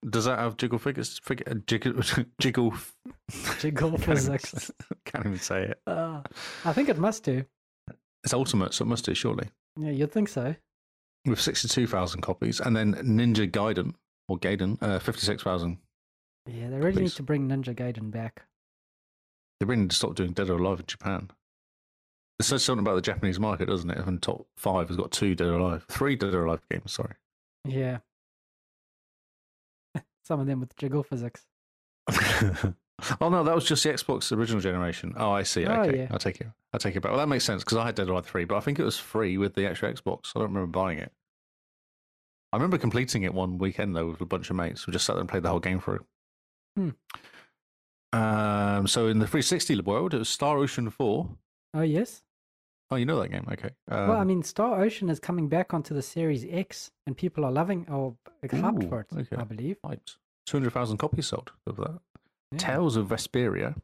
Does that have jiggle figures? Figure, jiggle, jiggle.
Jiggle
Can't even
physics.
s- can't even say it.
Uh, I think it must do.
It's ultimate, so it must do surely.
Yeah, you'd think so.
With sixty-two thousand copies, and then Ninja Gaiden or Gaiden, uh, fifty-six thousand.
Yeah, they really need
Please.
to bring Ninja Gaiden back.
They really need to stop doing Dead or Alive in Japan. It says something about the Japanese market, doesn't it? When top five has got two Dead or Alive, three Dead or Alive games. Sorry.
Yeah. Some of them with jiggle physics.
oh no, that was just the Xbox original generation. Oh, I see.
Oh,
Okay,
yeah.
I'll take it. I'll take it back. Well, that makes sense because I had Dead or Alive three, but I think it was free with the extra Xbox. I don't remember buying it. I remember completing it one weekend though with a bunch of mates. We just sat there and played the whole game through.
Hmm.
Um. So in the 360 world, it was Star Ocean four.
Oh, yes?
Oh, you know that game. Okay. Um,
well, I mean, Star Ocean is coming back onto the Series X, and people are loving or hyped
Ooh,
for it,
okay.
I believe.
two hundred thousand copies sold of that.
Yeah.
Tales of Vesperia.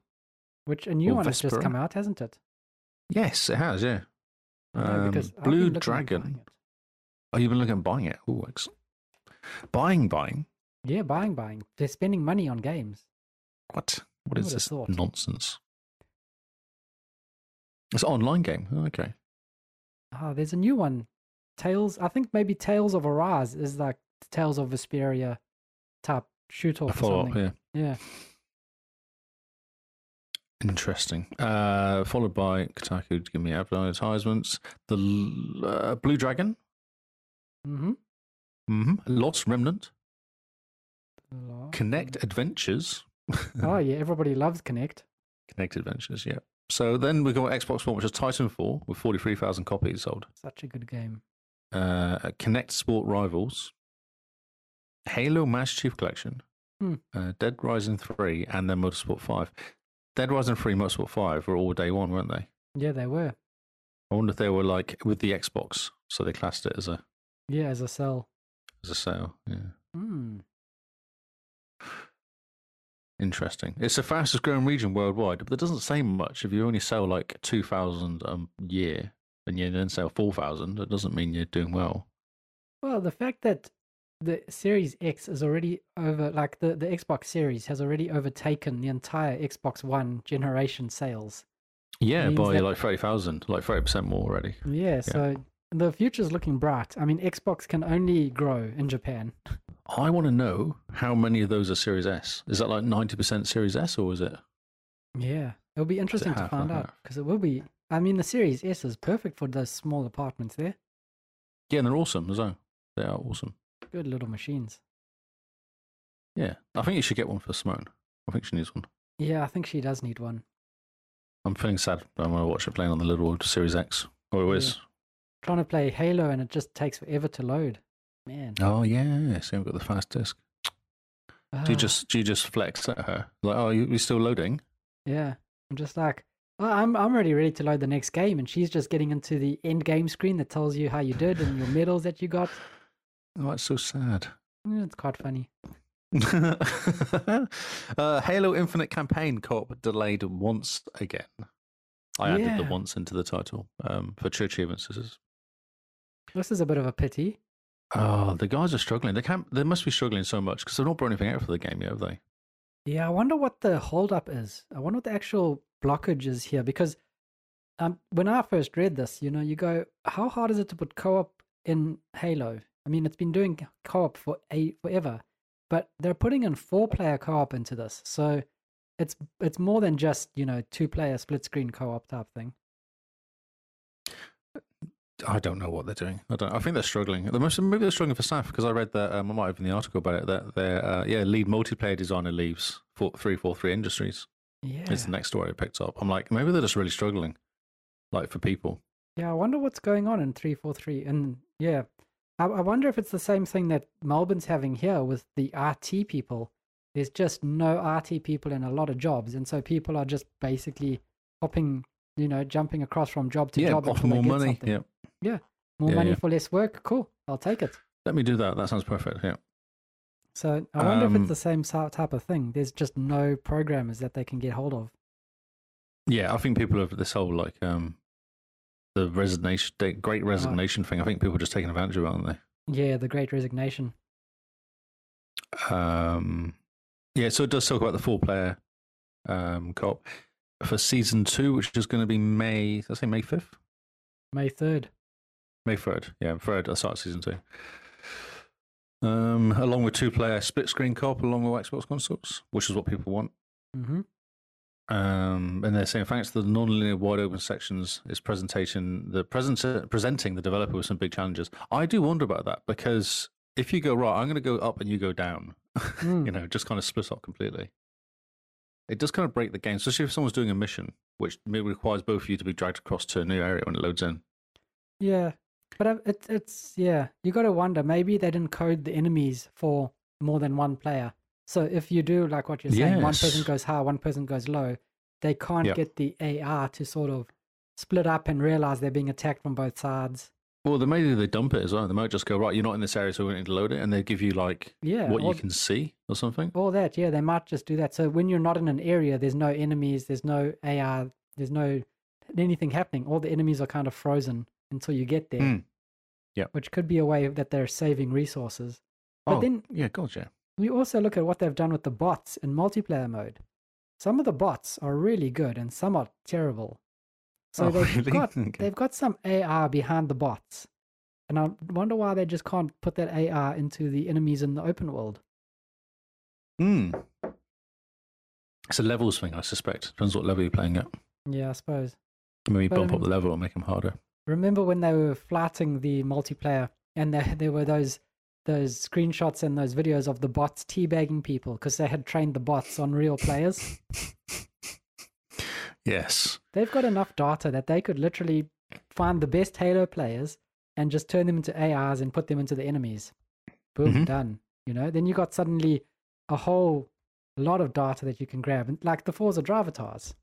Which a new
or
one has just
Vespera.
come out, hasn't it?
Yes, it has. Yeah.
I know,
Um,
I've been
Blue
looking at
Dragon.
buying it.
Oh, you've been looking at buying it. Oh, excellent. Buying, buying.
Yeah, buying, buying. They're spending money on games.
What? What
Who
is
would've
this
thought?
nonsense? It's an online game. Oh, Okay.
Ah, there's a new one. Tales, I think maybe Tales of Arise is like Tales of Vesperia type shoot
A
off or
follow up.
something.
Yeah.
Yeah.
Interesting. Uh, followed by Kotaku to give me advertisements. The L- uh, Blue Dragon.
Mm-hmm.
hmm Lost Remnant. Connect Adventures.
Oh, yeah, everybody loves Connect.
Connect Adventures. Yeah. So then we got Xbox One, which is Titan 4 with 43,000 copies sold.
Such a good game.
uh, Connect Sport Rivals, Halo Master Chief Collection,
Hmm.
uh, Dead Rising 3, and then Motorsport 5. Dead Rising 3 Motorsport 5 were all day one, weren't they?
Yeah, they were.
I wonder if they were like with the Xbox, so they classed it as a
Yeah, as a cell.
as a sale. Yeah.
Mm.
Interesting. It's the fastest growing region worldwide, but that doesn't say much. If you only sell like 2,000 a year and you then sell 4,000, that doesn't mean you're doing well.
Well, the fact that the Series X is already over, like the, the Xbox Series has already overtaken the entire Xbox One generation sales.
Yeah,
Means
by
that-
like 30,000, like 30% more already.
Yeah, so the future's looking bright. I mean, Xbox can only grow in Japan.
I want to know how many of those are Series S. Is that like 90% Series S or is it?
Yeah, it'll be interesting to
half or
find out
half?
because it will be. I mean, the Series S is perfect for those small apartments there.
Yeah, and they're awesome as well. They are awesome.
Good little machines.
Yeah. I think you should get one for Simone. I think she needs one.
Yeah, I think she does need one.
I'm feeling sad. I want to watch her playing on the little Series X. Oh, it is.
Trying to play Halo and it just takes forever to load. Man,
Oh, yeah. See, I've got the fast disk. Do
ah,
you just do you just flex at her? Like, oh, you, you're still loading?
yeah. I'm just like, "Oh, I'm I'm already ready to load the next game, and she's just getting into the end game screen that tells you how you did and your medals that you got.
Oh, that's so sad.
Mm, It's quite funny.
uh, Halo Infinite campaign co-op delayed once again. I added the
Yeah.
once into the title um, for true achievements. This is
This is a bit of a pity.
Oh, the guys are struggling. They can't. They must be struggling so much because they've not brought anything out for the game yet, have they?
Yeah, I wonder what the holdup is. I wonder what the actual blockage is here because um, when I first read this, you know, you go, how hard is it to put co op in Halo? I mean, it's been doing co op for a forever, but they're putting in four player co op into this, so it's it's more than just you know two player split screen co op type thing.
I don't know what they're doing. I don't. I think they're struggling. They must, maybe they're struggling for staff because I read that um, I might have in the article about it that their uh, yeah lead multiplayer designer leaves for three four three industries.
Yeah.
It's the next story I picked up. I'm like maybe they're just really struggling, like for people.
Yeah, I wonder what's going on in 343. And yeah, I, I wonder if it's the same thing that Melbourne's having here with the RT people. There's just no RT people in a lot of jobs. And so people are just basically hopping, you know, jumping across from job to
yeah,
job.
offer
until they
more
get
money.
something.
Yeah,
More
Yeah,
money
yeah.
for less work. Cool. I'll take it.
let me do that. That sounds perfect. Yeah,
So I wonder if it's
Um,
the same so- type of thing. There's just no programmers that they can get hold of.
yeah. I think people have this whole like um the resignation, the great resignation thing. I think people are just taking advantage of it, aren't they?
Yeah, the great resignation.
Um, yeah, so it does talk about the four player um, co op for season two, which is going to be May, did I say May 5th?
May 3rd.
May 3rd. Yeah, 3rd, I start season two. Um, along with two player split screen co op along with Xbox consoles, which is what people want.
Mm-hmm.
Um, and they're saying thanks to the non-linear wide open sections, its presentation, the presenter, presenting the developer with some big challenges. I do wonder about that because if you go right, I'm going to go up and you go down.
Mm.
you know, just kind of split up completely. It does kind of break the game, especially if someone's doing a mission, which may- requires both of you to be dragged across to a new area when it loads in.
Yeah, but um, it's it's yeah. You got to wonder maybe they didn't code the enemies for more than one player. So if you do like what you're saying, one person
Yes.
goes high, one person goes low. They can't
Yeah.
get the AR to sort of split up and realize they're being attacked from both sides.
Well, they maybe they dump it as well. They might just go right. You're not in this area, so we need to load it, and they give you like
Yeah,
what
all-
you can see or something.
All that, yeah, they might just do that. So when you're not in an area, there's no enemies, there's no AR, there's no anything happening. All the enemies are kind of frozen until you get there.
Mm. Yeah.
Which could be a way that they're saving resources. But
oh,
then-
yeah, God, yeah.
We also look at what they've done with the bots in multiplayer mode. Some of the bots are really good and some are terrible. So
Oh,
they've
really?
got
Okay.
they've got some AR behind the bots. And I wonder why they just can't put that AR into the enemies in the open world.
Hmm. It's a levels thing, I suspect. Depends what level you're playing at.
Yeah, I suppose.
Maybe
But um I
bump up
mean-
the level or make them harder.
Remember when they were flouting the multiplayer and there there were those those screenshots and those videos of the bots teabagging people because they had trained the bots on real players.
Yes.
they've got enough data that they could literally find the best Halo players and just turn them into ARs and put them into the enemies. Boom,
Mhm.
done. You know, then you got suddenly a whole lot of data that you can grab, and like the Forza Driver tars.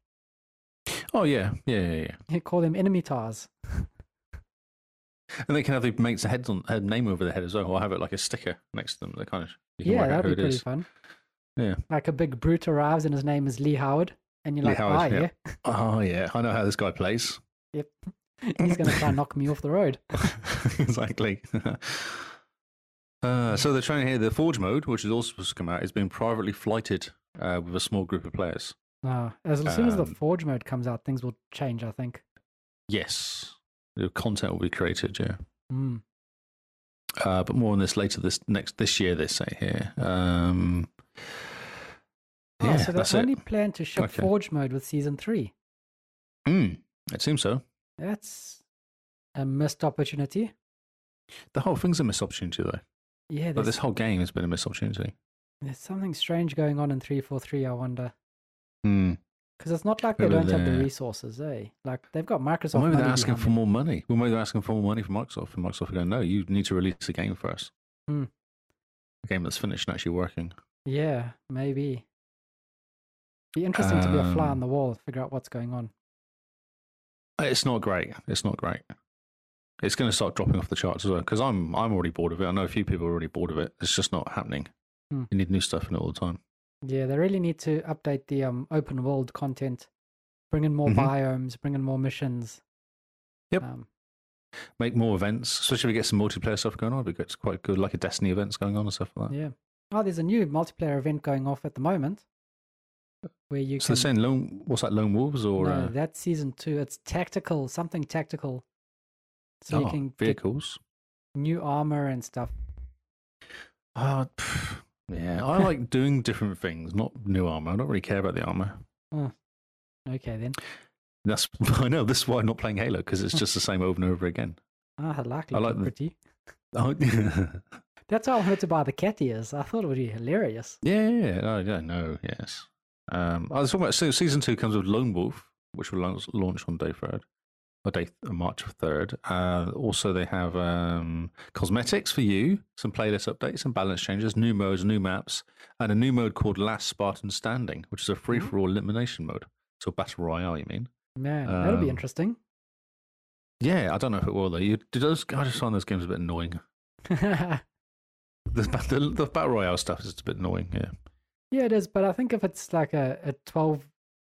Oh yeah, yeah, yeah, yeah.
You call them enemy tars.
And they can have the mate's heads on head name over their head as well, or have it like a sticker next to them. They kind of you can
Yeah,
work out
that'd
who
be
it
pretty
is.
fun.
Yeah.
Like a big brute arrives and his name is Lee Howard, and you're
Lee
like,
Howard,
ah,
yeah. Oh yeah, I know how this guy plays.
yeah, he's gonna try and knock me off the road.
exactly. uh, so they're trying here the Forge mode, which is also supposed to come out, is being privately flighted uh, with a small group of players.
Ah, as, as soon as the
Um,
Forge mode comes out, things will change. I think.
Yes, the content will be created. Yeah.
Mm.
Uh, but more on this later this next this year they say here. Um,
Oh,
yeah,
so they
that's
only
it.
plan to ship
Okay.
Forge mode with season three.
Mm, it seems so.
That's a missed opportunity.
The whole thing's a missed opportunity, though.
Yeah,
But
there's,
this whole game has been a missed opportunity.
there's something strange going on in 343, I wonder. Because it's not like they
Maybe
don't have the
they're-
resources, eh? Like, they've got Microsoft
Or maybe
money
they're asking
behind
for
them.
more money. Well, maybe they're asking for more money from Microsoft, and Microsoft are going, "No, you need to release a game for us.
Hmm.
A game that's finished and actually working."
Yeah, maybe. Be interesting to be a fly on
Um,
the wall, figure out what's going on.
It's not great. It's not great. It's going to start dropping off the charts as well because I'm I'm already bored of it. I know a few people are already bored of it. It's just not happening.
Hmm.
You need new stuff in it all the time.
Yeah, they really need to update the um, open world content, bring in more
Mhm.
biomes, bring in more missions.
Yep.
Um,
Make more events, especially if we get some multiplayer stuff going on. We get quite good, like a Destiny events going on and stuff like that.
yeah. Oh, there's a new multiplayer event going off at the moment where you
so
can.
they're saying lone, what's that, Lone Wolves or
no,
uh,
that's season two. It's tactical, something tactical. So you
oh,
can get
vehicles?
new armor and stuff.
Uh, pff, yeah, I like doing different things, not new armor. I don't really care about the armor.
Okay, then.
That's I know this is why I'm not playing Halo because it's just the same over and over again.
Ah, her likely
I like the-
pretty.
Oh, yeah,
That's why I wanted to buy the cat ears. I thought it would be hilarious.
yeah, yeah. Oh, yeah, no, yes. Um, I was talking about so season two comes with Lone Wolf, which will launch- launch on day third, or day March third. Uh, also, they have um, cosmetics for you, some playlist updates, some balance changes, new modes, new maps, and a new mode called Last Spartan Standing, which is a free for all elimination mode. So battle royale, you mean?
Man, that'll be
Um,
interesting.
Yeah, I don't know if it will though. You, did those? I just find those games a bit annoying.
yeah,
The, the, the battle royale stuff is a bit annoying. Yeah.
it is. But I think if it's like a, a 12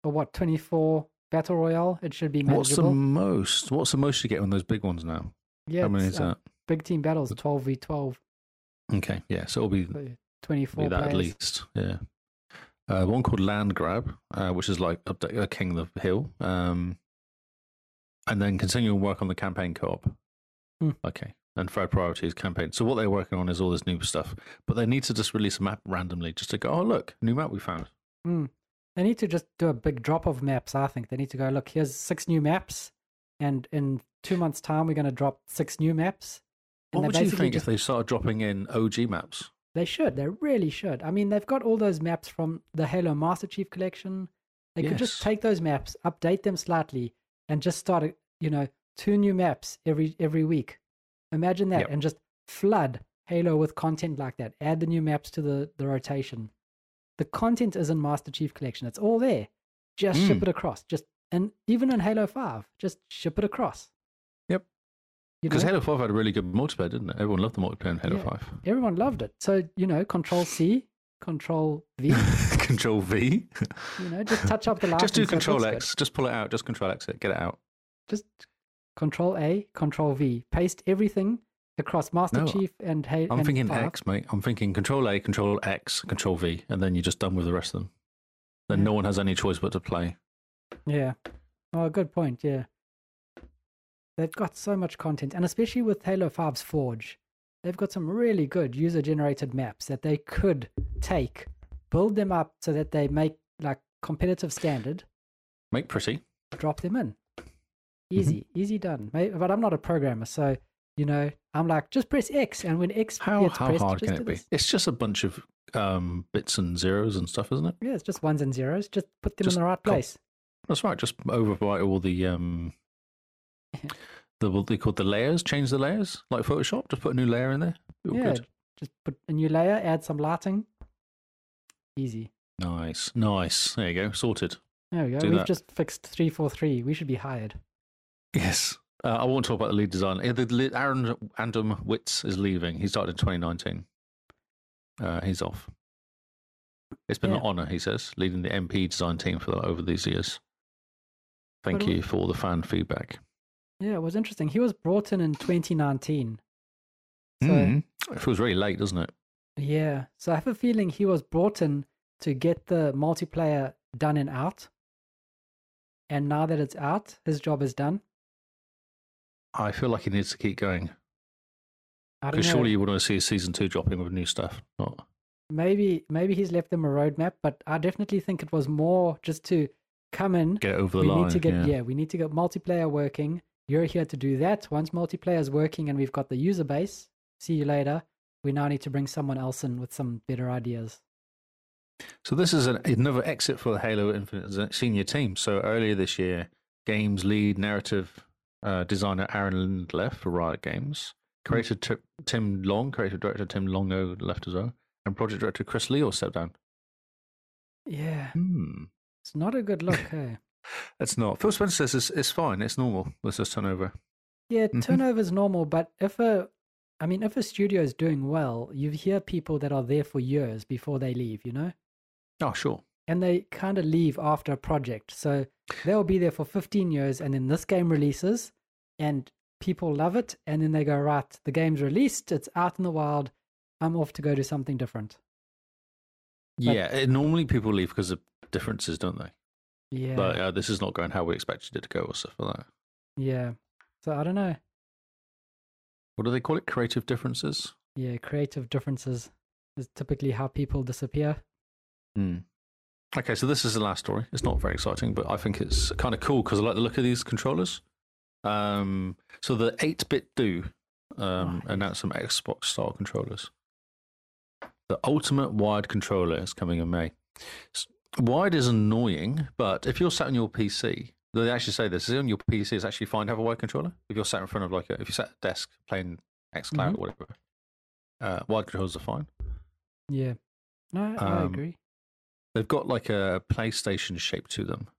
or what, 24 battle royale, it should be manageable.
What's the most? What's the most you get on those big ones now?
yeah,
How many
it's,
is
uh,
that?
Big team battles, 12v12,
Okay, yeah, so it'll be,
so
be
24
that at
players.
least. Yeah, uh, one called Land Grab, uh, which is like update, uh, King of the Hill, um, and then continuing work on the campaign co-op.
Hmm.
Okay, and third priority is campaign. So what they're working on is all this new stuff, but they need to just release a map randomly, just to go, oh look, new map we found.
Hmm. They need to just do a big drop of maps, I think. They need to go, look, here's six new maps. And in two months' time, we're going to drop six new maps. And
What
they
would you
basically
think if they started dropping in OG maps?
They should. They really should. I mean, they've got all those maps from the Halo Master Chief Collection. They could just
Yes.
take those maps, update them slightly, and just start, a- you know, two new maps every every week. Imagine that,
Yep.
and just flood Halo with content like that. Add the new maps to the the rotation. The content is in Master Chief Collection. It's all there. Just ship
Mm.
it across. Just and even in Halo Five, just ship it across.
Yep.
You
Because
know?
Halo Five had a really good multiplayer, didn't it? Everyone loved the multiplayer in Halo
Yeah. everyone loved it. So you know, Control C, Control V.
Five. Control V.
You know, just touch up the last.
just do Control X. Just pull it out. Just Control X it. Get it out.
Just Control A, Control V. Paste everything across Master
No,
Chief and Hey.
I'm
and
thinking
five.
X, mate. I'm thinking Control A, Control X, Control V, and then you're just done with the rest of them. Then
Yeah.
no one has any choice but to play.
Yeah. Oh, good point. Yeah. They've got so much content, and especially with Halo 5's Forge, they've got some really good user generated maps that they could take, build them up so that they make like competitive standard,
Make pretty.
drop them in.
Mm-hmm.
Easy, easy done. May- But I'm not a programmer, so you know, I'm like, just press X, and when X
How
gets
how
pressed,
hard
just
can
do
it be?
this.
It's just a bunch of um, bits and zeros and stuff, isn't it?
Yeah, it's just ones and zeros. Just put them
Just
in the right
cop-
place.
That's right. Just overwrite all the um, the what they called the layers. Change the layers like Photoshop. Just put a new layer in there. All
yeah,
good.
just put a new layer, add some lighting. Easy.
Nice, nice. There you go, sorted.
There we go.
Do
We've
that.
just fixed three four three. We should be hired.
Yes. Uh, I won't talk about the lead design. Uh, The lead, Aaron Andum Witz is leaving. He started in 2019. Uh, he's off. It's been an
Yeah.
honour, he says, leading the MP design team for the, over these years. Thank
But-
you for all the fan feedback.
Yeah, it was interesting. He was brought in in 2019. So
Mm. It feels really late, doesn't it?
yeah, so I have a feeling he was brought in to get the multiplayer done and out. And now that it's out, his job is done.
I feel like he needs to keep going
I don't
because
know.
surely you would want to see season two dropping with new stuff. Not
maybe maybe he's left them a roadmap, but I definitely think it was more just to come in
get it over the
we
line.
need to get
yeah.
yeah. we need to get multiplayer working you're here to do that once multiplayer is working and we've got the user base see you later we now need to bring someone else in with some better ideas
So this is an, another exit for the Halo Infinite senior team. So earlier this year, games lead narrative uh, designer Aaron Lind left for Riot Games.
Hmm.
Creator Ti- Tim Long, creative director Tim Longo left as well, and project director Chris Leo stepped down.
yeah
Hmm.
it's not a good look hey
It's not. Phil Spencer says it's, it's fine. It's normal. Let's just turn over.
yeah
Mhm.
turnover's normal but if a i mean if a studio is doing well you hear people that are there for years before they leave you know
Oh, sure.
and they kind of leave after a project. So they'll be there for 15 years, and then this game releases, and people love it, and then they go, right, the game's released, it's out in the wild, I'm off to go do something different.
yeah. It, normally people leave because of differences, don't they?
Yeah,
But uh, this is not going how we expected it to go or stuff like that.
yeah. So I don't know.
What do they call it? Creative differences?
Yeah, creative differences is typically how people disappear.
Mm. Okay, so this is the last story. It's not very exciting, but I think it's kind of cool because I like the look of these controllers. Um, so the 8 bit do um,
Right.
announced some Xbox style controllers. The Ultimate Wired controller is coming in May. S- Wired is annoying, but if you're sat on your PC, they actually say this is on your PC, it's actually fine to have a wired controller. If you're sat in front of like a, if you sat at a desk playing xCloud
Mhm.
or whatever, uh, wired controllers are fine.
Yeah. No, I
Um,
agree.
They've got like a PlayStation shape to them.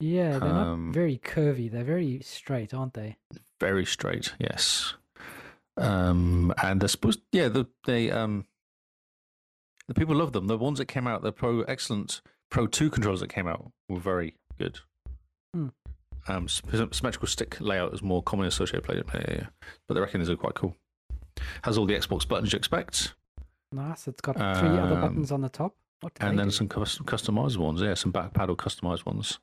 Yeah, they're
um,
not very curvy. They're very straight, aren't they?
very straight. Yes, um, and they're supposed. Yeah, the, they um, the people love them. The ones that came out, the Pro Excellent Pro Two controllers that came out were very good.
Hmm.
Um, sym- symmetrical stick layout is more commonly associated with play, yeah, yeah. but they reckon these are quite cool. Has all the Xbox buttons you expect,
Nice. It's got three other
Um,
buttons on the top. What do
and
they
then
do?
some cus- customized ones. Yeah, some back paddle customized ones.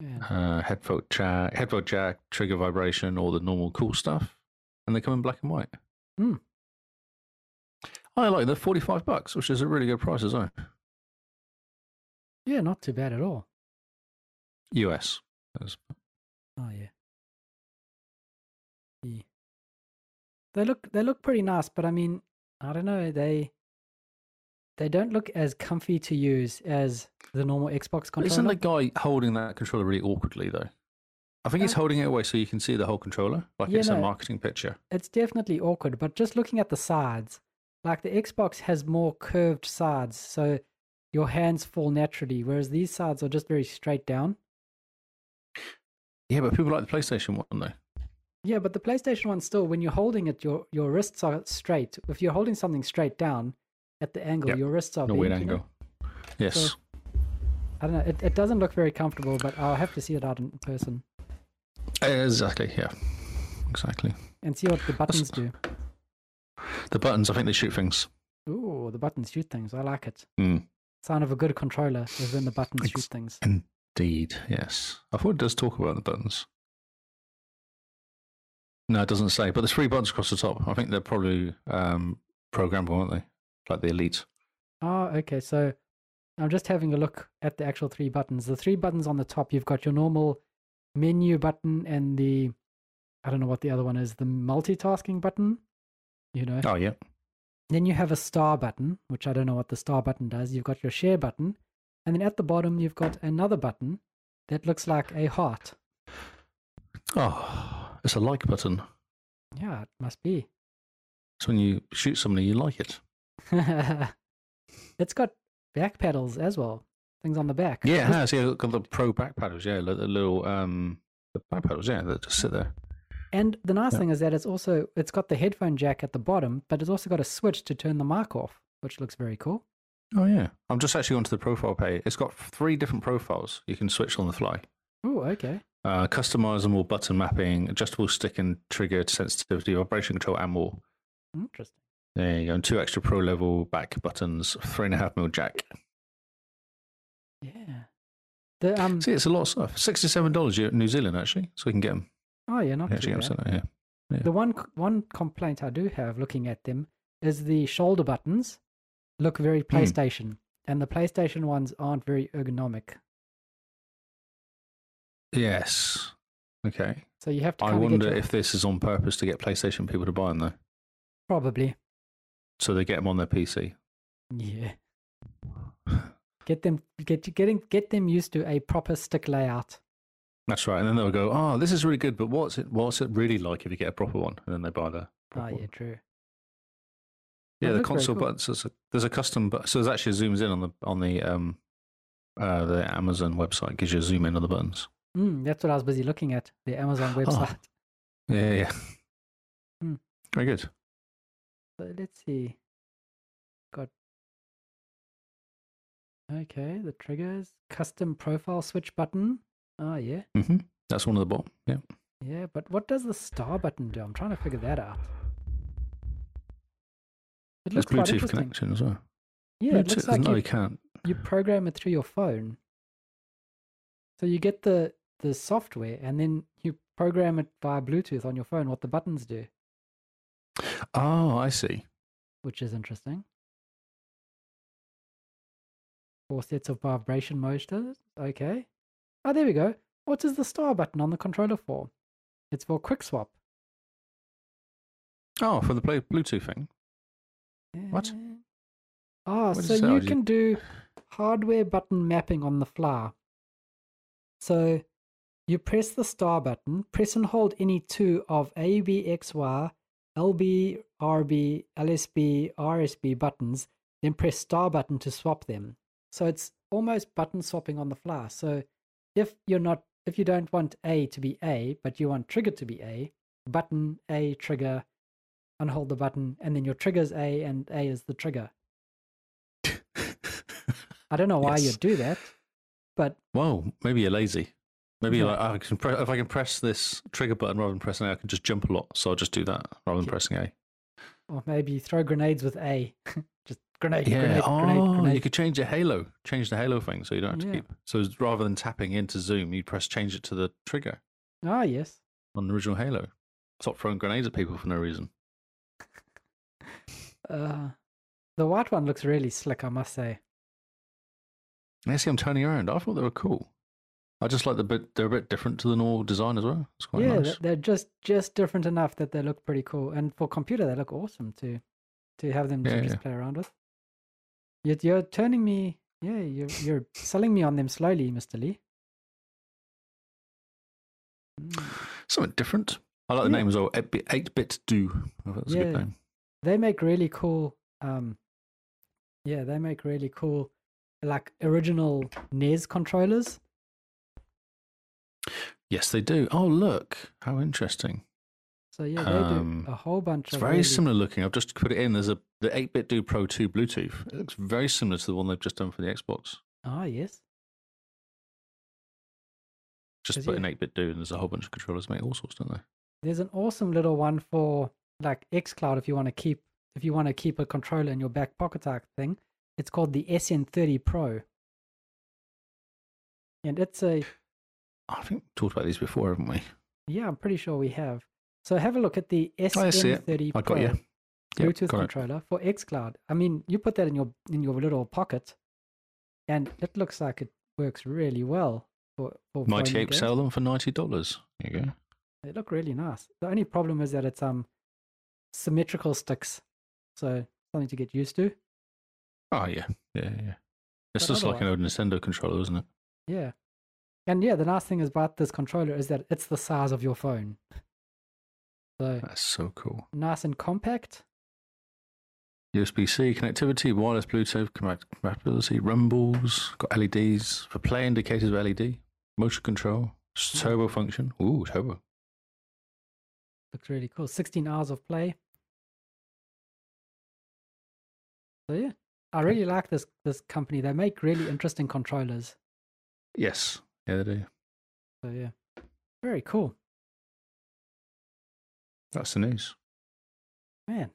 Yeah.
Uh, headphone jack, headphone jack, trigger vibration, all the normal cool stuff, and they come in black and white.
Hmm.
I like the forty-five bucks, which is a really good price as well.
yeah, not too bad at all.
US. That's-
Oh yeah. Yeah. They look they look pretty nice, but I mean, I don't know, they they don't look as comfy to use as the normal Xbox
But
controller.
Isn't the guy holding that controller really awkwardly though? I think he's
Uh,
holding it away so you can see the whole controller, like
Yeah,
it's a
no.
marketing picture.
It's definitely awkward, but just looking at the sides, like the Xbox has more curved sides, so your hands fall naturally, whereas these sides are just very straight down.
Yeah, but people like the PlayStation one though.
Yeah, but the PlayStation one still, when you're holding it, your your wrists are straight. If you're holding something straight down at the angle,
Yep.
your wrists are
No
bent,
weird
you know?
angle. Yes.
So- I don't know. It, it doesn't look very comfortable, but I'll have to see it out in person
Exactly, yeah. Exactly.
and see what the buttons do.
The buttons, I think they shoot things.
Ooh, the buttons shoot things. I like it.
Mm.
Sign of a good controller is when the buttons shoot
Ex-
things.
Indeed, yes. I thought it does talk about the buttons. No, it doesn't say. But there's three buttons across the top. I think they're probably um, programmable, aren't they? Like the Elite.
Oh, okay. So I'm just having a look at the actual three buttons. The three buttons on the top, you've got your normal menu button and the, I don't know what the other one is, the multitasking button, you know.
Oh, yeah.
Then you have a star button, which I don't know what the star button does. You've got your share button. And then at the bottom, you've got another button that looks like a heart.
Oh, it's a like button.
Yeah, it must be.
So when you shoot somebody, you like it.
it's got back pedals as well. Things on the back.
Yeah, it
This-
has. Yeah, look at the pro back paddles. Yeah, like the little um, the back paddles. Yeah, that just sit there.
And the nice
Yeah.
thing is that it's also it's got the headphone jack at the bottom, but it's also got a switch to turn the mic off, which looks very cool.
Oh, yeah. I'm just actually onto the profile page. It's got three different profiles you can switch on the fly.
Oh, okay.
uh, customizable button mapping, adjustable stick and trigger sensitivity, vibration control, and more.
Interesting.
There you go. And two extra pro level back buttons, three and a half mil jack.
Yeah. The um
See, it's a lot of stuff. Sixty-seven dollars in New Zealand actually, so we can get them.
oh yeah, not
Actually,
too
get 'em
bad.
sent out here.
The one c- one complaint I do have looking at them is the shoulder buttons look very
Hmm.
PlayStation, and the PlayStation ones aren't very ergonomic.
Yes. Okay.
So you have to
I
kind of get
wonder
your-
if this is on purpose to get PlayStation people to buy them though,
probably
so they get them on their PC.
Yeah. Get them get getting get them used to a proper stick layout.
That's right. And then they'll go, "Oh, this is really good, but what's it? What's it really like if you get a proper one?" And then they buy the.
Oh
proper one.
yeah, true.
Yeah,
That
the
looks Oh, very
console
cool.
buttons. There's a, there's a custom, but so it actually zooms in on the on the um uh the Amazon website gives you a zoom in on the buttons.
Mm, that's what I was busy looking at the
Oh.
Amazon website.
Yeah, yeah. yeah.
Hmm.
Very good.
But let's see. Got okay. The triggers, custom profile switch button. Oh yeah,
hmm That's one of the bot. Yeah.
yeah. But what does the star button do? I'm trying to figure that out. It
There's
looks quite
Bluetooth
interesting.
connection as well.
Yeah, it looks
Bluetooth-
like
no,
you-
you, can't.
you program it through your phone. So you get the the software and then you program it via Bluetooth on your phone what the buttons do,
Oh, I see.
which is interesting. Four sets of vibration motors. Okay. Oh, there we go. What is the star button on the controller for? It's for quick swap.
Oh, for the play Bluetooth thing. What?
Uh, Ah,
does
so
it say?
you
Oh, you-
can do hardware button mapping on the fly. So you press the star button, press and hold any two of A, B, X, Y, LB, RB, LSB, RSB buttons, then press star button to swap them. So it's almost button swapping on the fly. So if you're not, if you don't want A to be A, but you want trigger to be A, button A trigger, unhold the button, and then your trigger's A, and A is the trigger. I don't know why
Yes.
you'd do that, but
Whoa, maybe you're lazy. Maybe you're
Yeah.
like, "Oh, I can pre- if I can press this trigger button rather than pressing A, I can just jump a lot. So I'll just do that rather than
Yeah.
pressing A.
or maybe throw grenades with A. Just grenade,
Yeah.
grenade,
oh,
grenade,
you
grenade.
could change the halo, change the halo thing, so you don't have to
Yeah.
keep. So it's- rather than tapping into zoom, you press change it to the trigger
Ah, yes.
on the original halo. Stop throwing grenades at people for no reason.
Uh, the white one looks really slick, I must say.
Yeah, see, I'm turning around. I thought they were cool. I just like the bit. They're a bit different to the normal design as well. It's quite
yeah,
nice.
th- they're just just different enough that they look pretty cool. And for computer, they look awesome to to have them to
Yeah,
just
yeah.
play around with. You're, you're turning me, yeah, you're you're selling me on them slowly, Mister Lee. Mm.
Something different. I like the
Yeah.
name as well. Eight bit do. I thought That's a
Yeah.
good name.
they make really cool um yeah they make really cool like original nes controllers
Yes, they do. Oh, look how interesting.
so yeah they
Um,
do a whole bunch
It's
of
very
really-
similar looking. I've just put it in. There's a the eight bit do Pro two Bluetooth. It looks very similar to the one they've just done for the Xbox.
ah yes
Just
Is
put
it?
in eight bit do, and there's a whole bunch of controllers make all sorts, don't they?
there's an awesome little one for like xcloud if you want to keep if you want to keep a controller in your back pocket type thing it's called the sn30 pro and it's a
I think we talked about these before, haven't we?
yeah i'm pretty sure we have so have a look at the
I see it.
sn30
I
pro
got you. Yep,
Bluetooth
got it.
controller for xCloud. I mean, you put that in your in your little pocket, and it looks like it works really well for for phone
Mighty Ape
games.
sell them for ninety Hmm. dollars. There you go.
They look really nice. The only problem is that it's um symmetrical sticks, so something to get used to.
Oh yeah, yeah, yeah. It's
But
just like an old Nintendo controller, isn't it?
Yeah, and yeah, the nice thing about this controller is that it's the size of your phone, so
That's so cool.
nice and compact.
USB C connectivity, wireless Bluetooth compat- compatibility, rumbles, got LEDs for play indicators of LED, motion control, s-
Yeah.
turbo function. Ooh, turbo.
Looks really cool. 16 hours of play. So yeah, I really like this this company. They make really interesting controllers.
Yes. Yeah, they do.
So yeah, very cool,
That's the news.
man.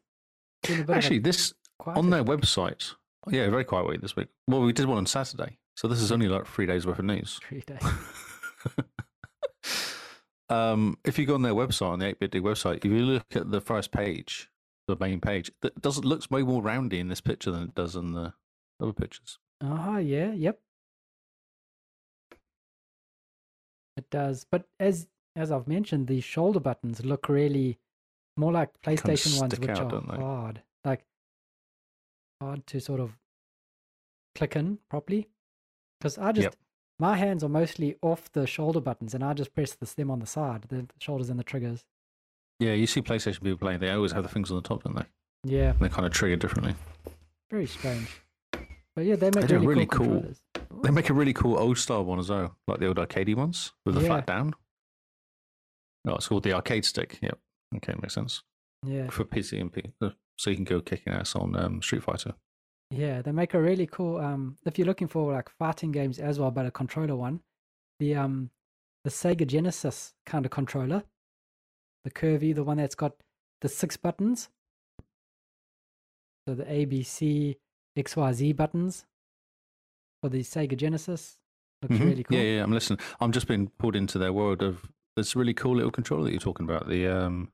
Been a bit of a
Actually, this
quiet
on
week.
their website. oh, Yeah, very quiet week this week. Well, we did one on Saturday, so this is only like three days worth of news.
three days.
um, if you go on their website, on the 8 bit D website, if you look at the first page, the main page, that does looks way more roundy in this picture than it does in the other pictures.
Ah, yeah, yep. It does, but as as I've mentioned, the shoulder buttons look really more like
of
PlayStation ones,
stick
which
out,
are
don't they?
hard, like hard to sort of click in properly. Because I just
Yep.
my hands are mostly off the shoulder buttons, and I just press the stem on the side, the shoulders and the triggers.
Yeah, you see PlayStation people playing, they always have the things on the top, don't they?
Yeah,
And they kind of trigger differently.
very strange. But yeah, they make
do
really,
really
cool,
cool-
controllers.
They make a really cool old style one as well, like the old arcadey ones with the
Yeah.
flat down. Oh, it's called the arcade stick. Yep. Okay, makes sense.
Yeah,
For PC and P. uh, So you can go kicking ass on um, Street Fighter.
Yeah, they make a really cool um if you're looking for like fighting games as well, but a controller one, the um the Sega Genesis kind of controller. The curvy, the one that's got the six buttons. So the A B C X Y Z buttons for the Sega Genesis. Looks
Mhm.
really cool.
Yeah, yeah, I'm listening. I'm just being pulled into their world of this really cool little controller that you're talking about. The um,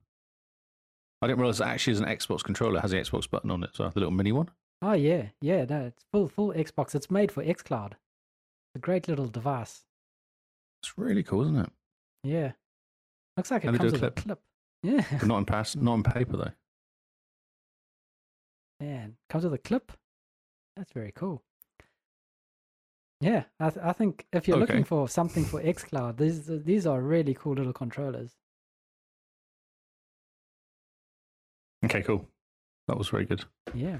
I didn't realize it actually is an Xbox controller. It has the Xbox button on it, so the little mini one.
Oh yeah, yeah, no, it's full full Xbox. It's made for xCloud. It's a great little device.
It's really cool, isn't it?
Yeah. Looks like it
Let me do
comes
a
with a clip. Yeah.
But not in pass, not in paper though.
Man, comes with a clip. That's very cool. Yeah, I, th- I think if you're looking
Okay.
for something for xCloud, these these are really cool little controllers.
Okay, cool. That was very good.
Yeah.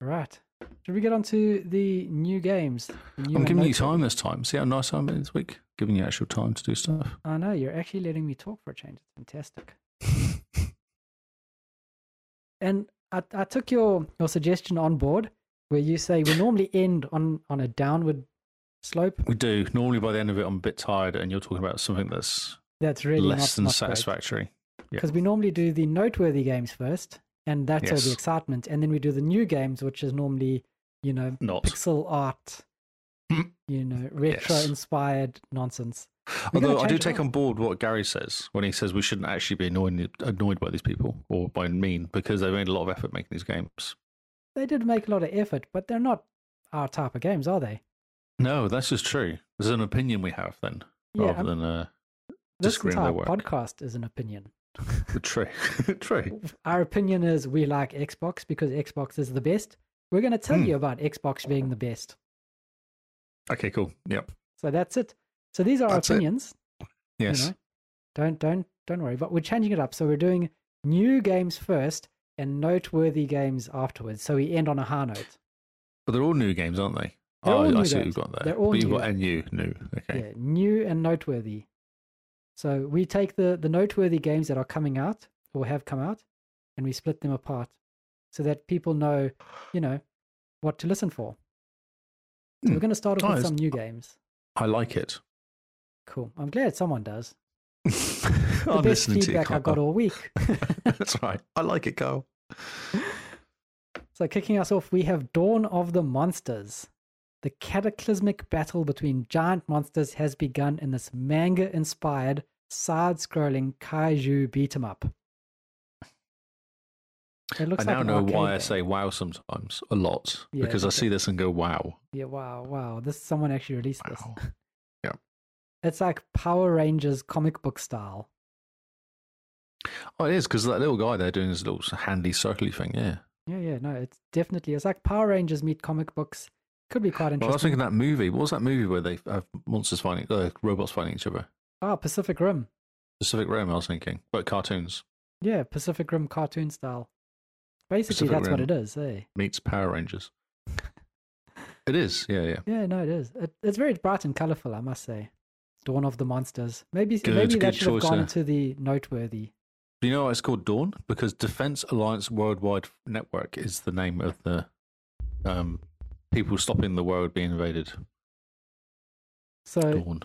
Right. Should we get on to the new games? The new
I'm
and
giving you
notable-
time this time. See how nice I'm this week? Giving you actual time to do stuff.
I know, you're actually letting me talk for a change. It's fantastic. and I, I took your, your suggestion on board where you say we normally end on, on a downward slope.
We do. Normally by the end of it, I'm a bit tired, and you're talking about something that's
That's really
less
not,
than
not great.
satisfactory. Yeah.
because we normally do the noteworthy games first, and that's all the
Yes.
excitement, and then we do the new games, which is normally you know
Not.
pixel art, you know retro-inspired nonsense. We're gonna
Although I do
change it
take
up.
on board what Gary says when he says we shouldn't actually be annoyed annoyed by these people or by mean because they made a lot of effort making these games.
They did make a lot of effort, but they're not our type of games, are they?
No, that's just true. There's an opinion we have then, rather
I'm-
than uh,
um, this
disagreeing with
entire
their work.
podcast is an opinion.
the true, true.
Our opinion is we like Xbox because Xbox is the best. We're going to tell
Hmm.
you about Xbox being the best.
Okay, cool. Yep.
So that's it. So these are
That's
our
it.
opinions. you
Yes.
know. don't don't don't worry. But we're changing it up. So we're doing new games first and noteworthy games afterwards. So we end on a high note.
But they're all new games, aren't they?
They're all
I
new
see what
games.
you've got there.
They're all
but you've
new.
got NU, new. Okay.
Yeah, new and noteworthy. So we take the the noteworthy games that are coming out or have come out, and we split them apart, so that people know, you know, what to listen for. So we're
Hmm.
going to start off with
Nice.
some new games.
I like it.
Cool. I'm glad someone does. The
I'm
best
listening
feedback
to you.
I got all week.
Carl. That's right. I like it, Carl.
So, kicking us off, we have Dawn of the Monsters. The cataclysmic battle between giant monsters has begun in this manga inspired, side scrolling kaiju beat 'em up. It looks
I now
like an
know why
arcade
I
game.
say wow sometimes a lot
Yeah,
because I
okay.
see this and go wow,
Yeah, wow, wow. This someone actually released this.
wow.
It's like Power Rangers comic book style.
Oh, it is because that little guy there doing his little handy circly thing. Yeah.
Yeah, yeah, no, it's definitely it's like Power Rangers meet comic books. Could be quite
Well, I was
interesting.
thinking that movie. What was that movie where they have monsters fighting, uh, robots fighting each other?
Ah, Pacific Rim.
Pacific Rim. I was thinking, but cartoons
Yeah, Pacific Rim cartoon style. Basically,
Pacific
that's what it
Rim.
is, eh?
meets Power Rangers. it is. Yeah, yeah.
Yeah, no, it is. It, it's very bright and colourful, I must say. Dawn of the Monsters. Maybe
Good-
maybe that
good
should have
choice
gone
there.
to the noteworthy.
Do you know why it's called Dawn? Because Defense Alliance Worldwide Network is the name of the um, people stopping the world being invaded.
So
Dawn.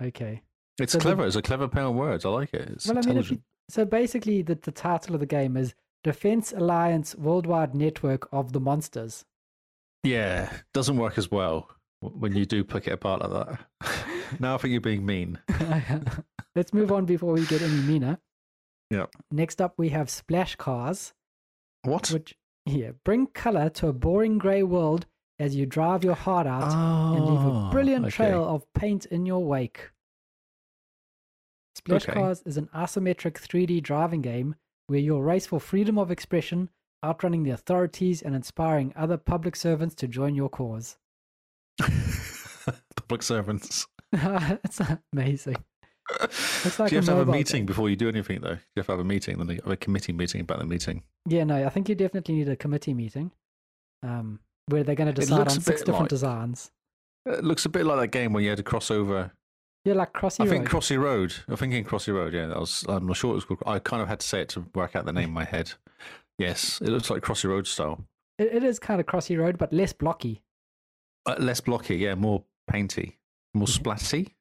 okay.
It's
so the-
clever. It's a clever play on words. I like it. It's
Well, I mean, if you,
intelligent.
so basically, the, the title of the game is Defense Alliance Worldwide Network of the Monsters.
Yeah, doesn't work as well w- when you do pick it apart like that. now I think you're being mean.
Let's move on before we get any meaner.
Yep.
Next up, we have Splash Cars.
What?
Which yeah, bring color to a boring grey world as you drive your heart out and leave a
Ah,
brilliant
okay.
trail of paint in your wake. Splash
Okay.
Cars is an isometric 3D driving game where you'll race for freedom of expression, outrunning the authorities and inspiring other public servants to join your cause.
Public servants.
That's amazing. Looks like
do you
a
have to have a
mobile
meeting
game.
before you do anything, though? You have to have a meeting, then you have a committee meeting about the meeting.
Yeah, no, I think you definitely need a committee meeting um, where they're going to decide
looks
on
a
six
bit
different
like-
designs.
It looks a bit like that game where you had to cross over.
Yeah, like Crossy
I think
Road.
Crossy Road. I'm thinking Crossy Road. Yeah, that was. I'm not sure it was called. I kind of had to say it to work out the name in my head. Yes, it looks like Crossy Road style.
It, it is kind of Crossy Road, but less blocky.
Uh, less blocky, yeah, more painty, more splatty.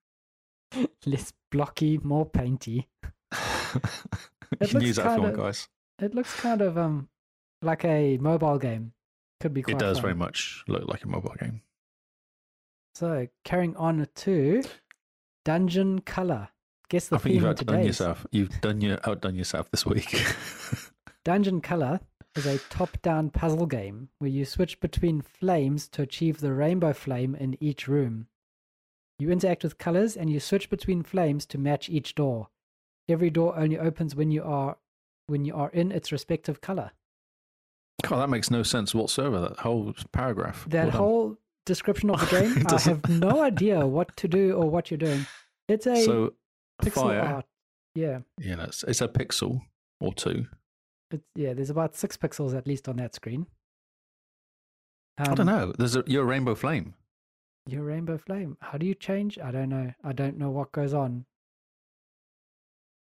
Less blocky, more painty.
you can
looks
use that if you want,
kinda-
guys.
It looks kind of um like a mobile game. Could be quite
It does
fun.
very much look like a mobile game.
So carrying on to Dungeon Color. Guess the
I think
theme
you've
of
outdone
today.
yourself. You've done your outdone yourself this week.
Dungeon Color is a top-down puzzle game where you switch between flames to achieve the rainbow flame in each room. You interact with colors and you switch between flames to match each door. Every door only opens when you are when you are in its respective color.
God, that makes no sense whatsoever. That whole paragraph.
That
Well done.
whole description of the game,
It
I have
doesn't-
no idea what to do or what you're doing. It's a
so
pixel
fire.
art. Yeah.
You know, it's, it's a pixel or two.
It's, yeah, there's about six pixels at least on that screen. Um,
I don't know. There's a you're a rainbow flame.
Your rainbow flame. How do you change? I don't know. I don't know what goes on.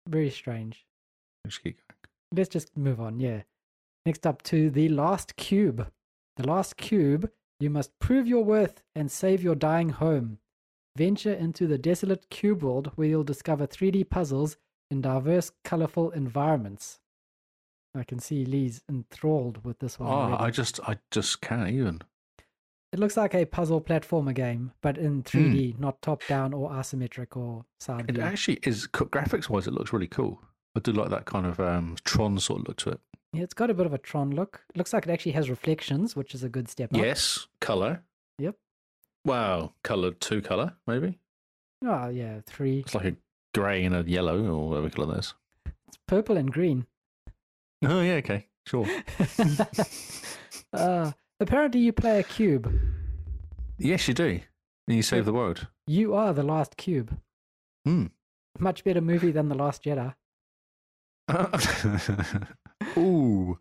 Very strange.
Just keep going.
Let's just move on. Yeah. Next up to the last cube. The last cube. You must prove your worth and save your dying home. Venture into the desolate cube world where you'll discover 3D puzzles in diverse, colorful environments. I can see Lee's enthralled with this one.
Oh,
already.
I just I just can't even.
It looks like a puzzle platformer game, but in 3D, not top down or isometric or side
Hmm. It
view.
actually is co- graphics wise, it looks really cool. I do like that kind of um, Tron sort of look to it.
Yeah, it's got a bit of a Tron look. It looks like it actually has reflections, which is a good step up.
Yes, color.
Yep.
Wow, color two color maybe.
Oh, yeah, three.
It's like a grey and a yellow or whatever color that is.
It's purple and green.
Oh yeah, okay, sure.
uh, apparently, you play a cube.
yes, you do. And you save the world.
You are the last cube.
Hmm.
Much better movie than The Last Jedi.
Ooh,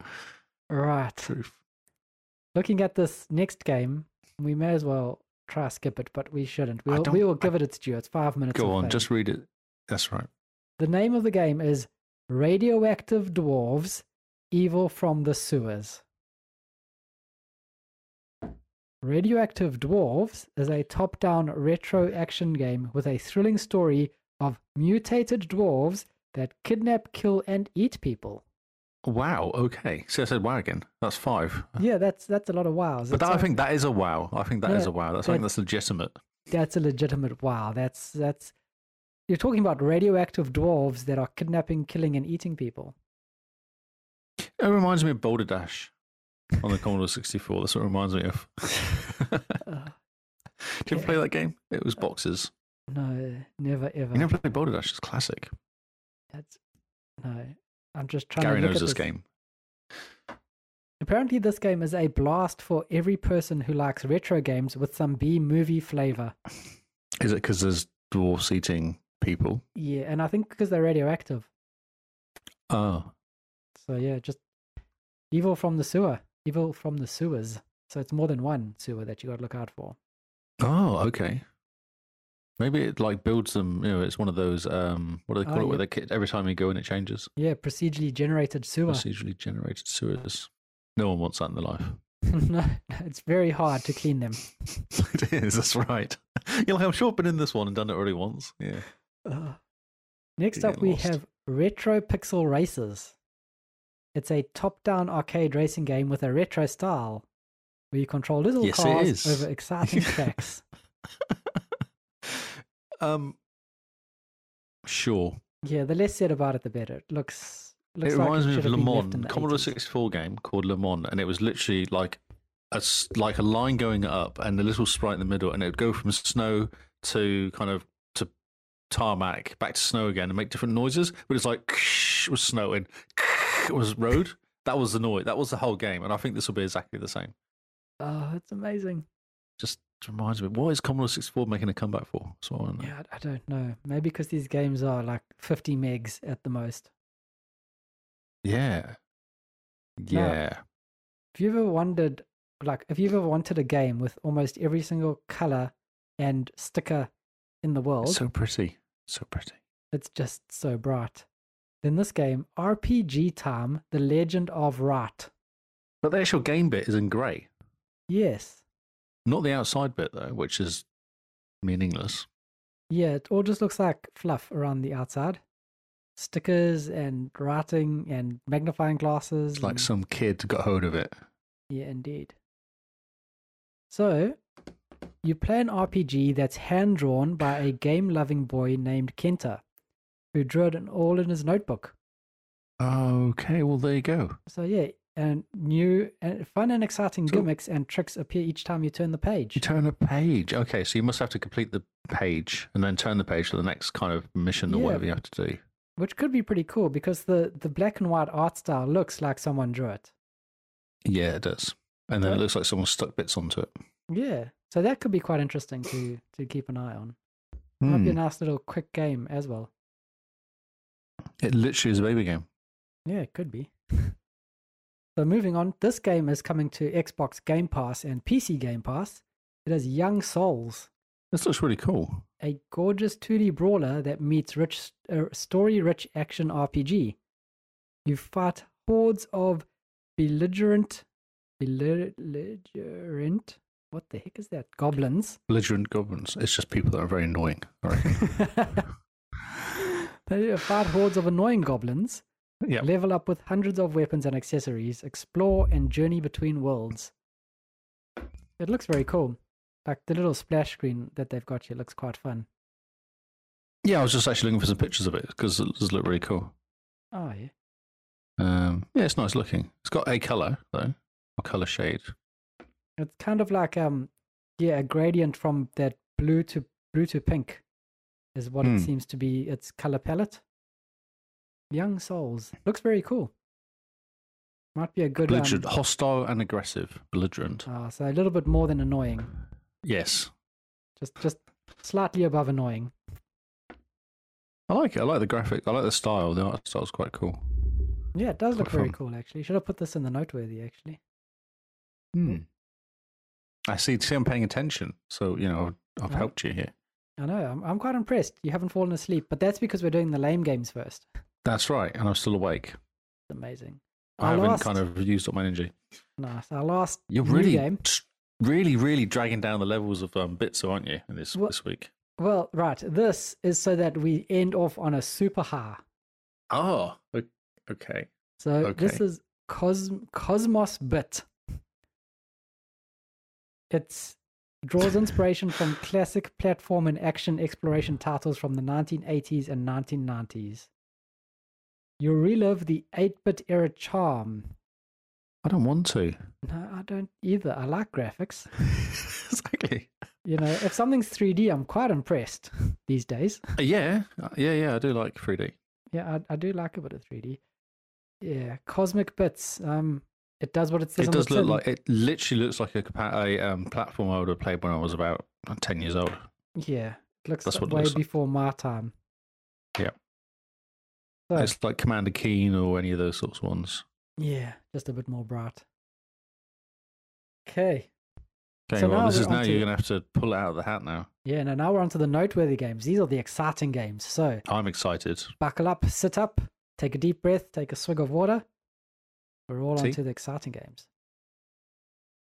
Right.
truth.
Looking at this next game, we may as well try skip it, but we shouldn't.
I
We'll,
don't-
we will
I-
give it its due. It's five minutes.
Go
of
on,
fame.
just read it. That's right.
The name of the game is Radioactive Dwarves Evil from the Sewers. Radioactive Dwarves is a top down retro action game with a thrilling story of mutated dwarves that kidnap, kill, and eat people.
Wow. Okay. So I said wow again. That's five.
Yeah, that's that's a lot of wows.
But
It's
that, I
like-
think that is a wow. I think that is
Yeah,
a wow. That's, I think
that-
that's legitimate.
that's a legitimate wow. That's that's you're talking about radioactive dwarves that are kidnapping, killing, and eating people.
It reminds me of Boulder Dash on the Commodore 64. That's what it reminds me of.
Uh,
Did you ever
Yeah.
play that game? It
Uh,
was boxes.
no, never ever.
You never played Boulder Dash. It's classic.
That's no. I'm just trying
Gary
to look
knows
at
this game.
Apparently, this game is a blast for every person who likes retro games with some B movie flavor.
Is it because there's dwarfs eating people?
Yeah, and I think because they're radioactive. Ah.
Oh,
So yeah, just evil from the sewer, evil from the sewers. So it's more than one sewer that you got to look out for.
oh, okay. Maybe it like builds them. You know, it's one of those. Um, what do they
Ah,
call it?
yeah.
Where they ki- every time you go in, it changes.
Yeah, procedurally generated sewer.
Procedurally generated sewers. No one wants that in their life.
no, it's very hard to clean them.
it is. That's right. You're like, I'm sure I've been in this one and done it already once. Yeah.
Ugh. Next
You
up,
get
we
lost.
have Retro Pixel Races. It's a top-down arcade racing game with a retro style, where you control little
Yes, it
cars
is.
over exciting tracks.
Um. Sure.
Yeah, the less said about it, the better. It looks. looks
it
like
reminds me
should
of
have
Le
been left
Mans,
in the
Commodore
80s.
64 game called Le Mans, and it was literally like a s- like a line going up and a little sprite in the middle, and it would go from snow to kind of to tarmac, back to snow again, and make different noises. But it's like was snow and was road. That was the noise. That was the whole game, and I think this will be exactly the same.
Oh, it's amazing.
Just reminds me, what is Commodore 64 making a comeback for? So I don't know.
Yeah, I I don't know. Maybe because these games are like 50 megs at the most.
Yeah.
No.
Yeah.
If you ever wondered, like, if you've ever wanted a game with almost every single color and sticker in the world,
It's so pretty. So pretty.
It's just so bright. Then this game, RPG Time, The Legend of Right.
But the actual game bit is in grey.
Yes.
Not the outside bit though, which is meaningless.
Yeah, it all just looks like fluff around the outside. Stickers and writing and magnifying glasses.
It's like
and-
some kid got hold of it.
Yeah, indeed. So, you play an RPG that's hand drawn by a game loving boy named Kenta, who drew it all in his notebook.
Okay, well there you go.
So yeah, and new uh, fun and exciting
So-
gimmicks and tricks appear each time you turn the page.
You turn a page. Okay, so you must have to complete the page and then turn the page to the next kind of mission or
Yeah.
whatever you have to do.
which could be pretty cool because the the black and white art style looks like someone drew it.
Yeah, it does. And then it
Okay.
looks like someone stuck bits onto it.
Yeah, so that could be quite interesting to to keep an eye on. Might be a
Hmm.
nice little quick game as well.
It literally is a baby game.
Yeah, it could be. so moving on, this game is coming to Xbox Game Pass and PC Game Pass. It is Young Souls,
This looks really cool.
a gorgeous 2D brawler that meets rich uh, story-rich action RPG. You fight hordes of belligerent, belligerent. What the heck is that? Goblins.
Belligerent governments. It's just people that are very annoying. I reckon.
they fight hordes of annoying goblins.
yeah.
Level up with hundreds of weapons and accessories. Explore and journey between worlds. It looks very cool. Like the little splash screen that they've got here looks quite fun.
Yeah, I was just actually looking for some pictures of it because it does look really cool.
Oh yeah.
Um, yeah, it's nice looking. It's got a color though, a color shade.
It's kind of like um yeah, a gradient from that blue to blue to pink is what
Hmm.
it seems to be its color palette. Young Souls. Looks very cool. Might be a good um,
Belligerent, hostile and aggressive. Belligerent.
ah, so a little bit more than annoying.
Yes,
Just just slightly above annoying.
I like it. I like the graphic. I like the style. The art style's quite cool.
Yeah, it does look
Quite
very
fun.
cool actually. Should have put this in the noteworthy actually.
Hmm. I see. See, I'm paying attention. So you know, I've, I've
Yeah.
helped you here.
I know, I'm I'm quite impressed. You haven't fallen asleep, but that's because we're doing the lame games first.
That's right, and I'm still awake.
Amazing.
I
Our
haven't
last,
kind of used up my energy.
nice. Our last
You're
new
really,
game.
t- really, really dragging down the levels of um, bits, aren't you? In this
Well-
this week.
Well, right. This is so that we end off on a super high.
Oh, o- okay.
So this
Okay.
is Cos- Cosmos Bit. It's draws inspiration from classic platform and action exploration titles from the 1980s and 1990s. You relive the 8-bit era charm.
I don't want to.
No, I don't either. I like graphics.
exactly.
You know, if something's 3D, I'm quite impressed these days.
Uh, Yeah, uh, yeah, yeah. I do like 3D.
Yeah, I, I do like a bit of 3D. Yeah, Cosmic Bits. Um, it does what it says
It
on
does
the
look
tin.
like it. Literally looks like a, compa- a um, platform I would have played when I was about ten years old.
Yeah, it looks
That's what it
way
looks like.
before my time.
Yeah.
So,
It's like Commander Keen or any of those sorts of ones.
yeah, just a bit more bright. Okay.
Okay,
So now
well, this
we're
is now
onto-
you're gonna have to pull it out of the hat now.
Yeah, now now we're onto the noteworthy games. These are the exciting games. So
I'm excited.
buckle up, sit up, take a deep breath, take a swig of water. We're all
See?
onto the exciting games.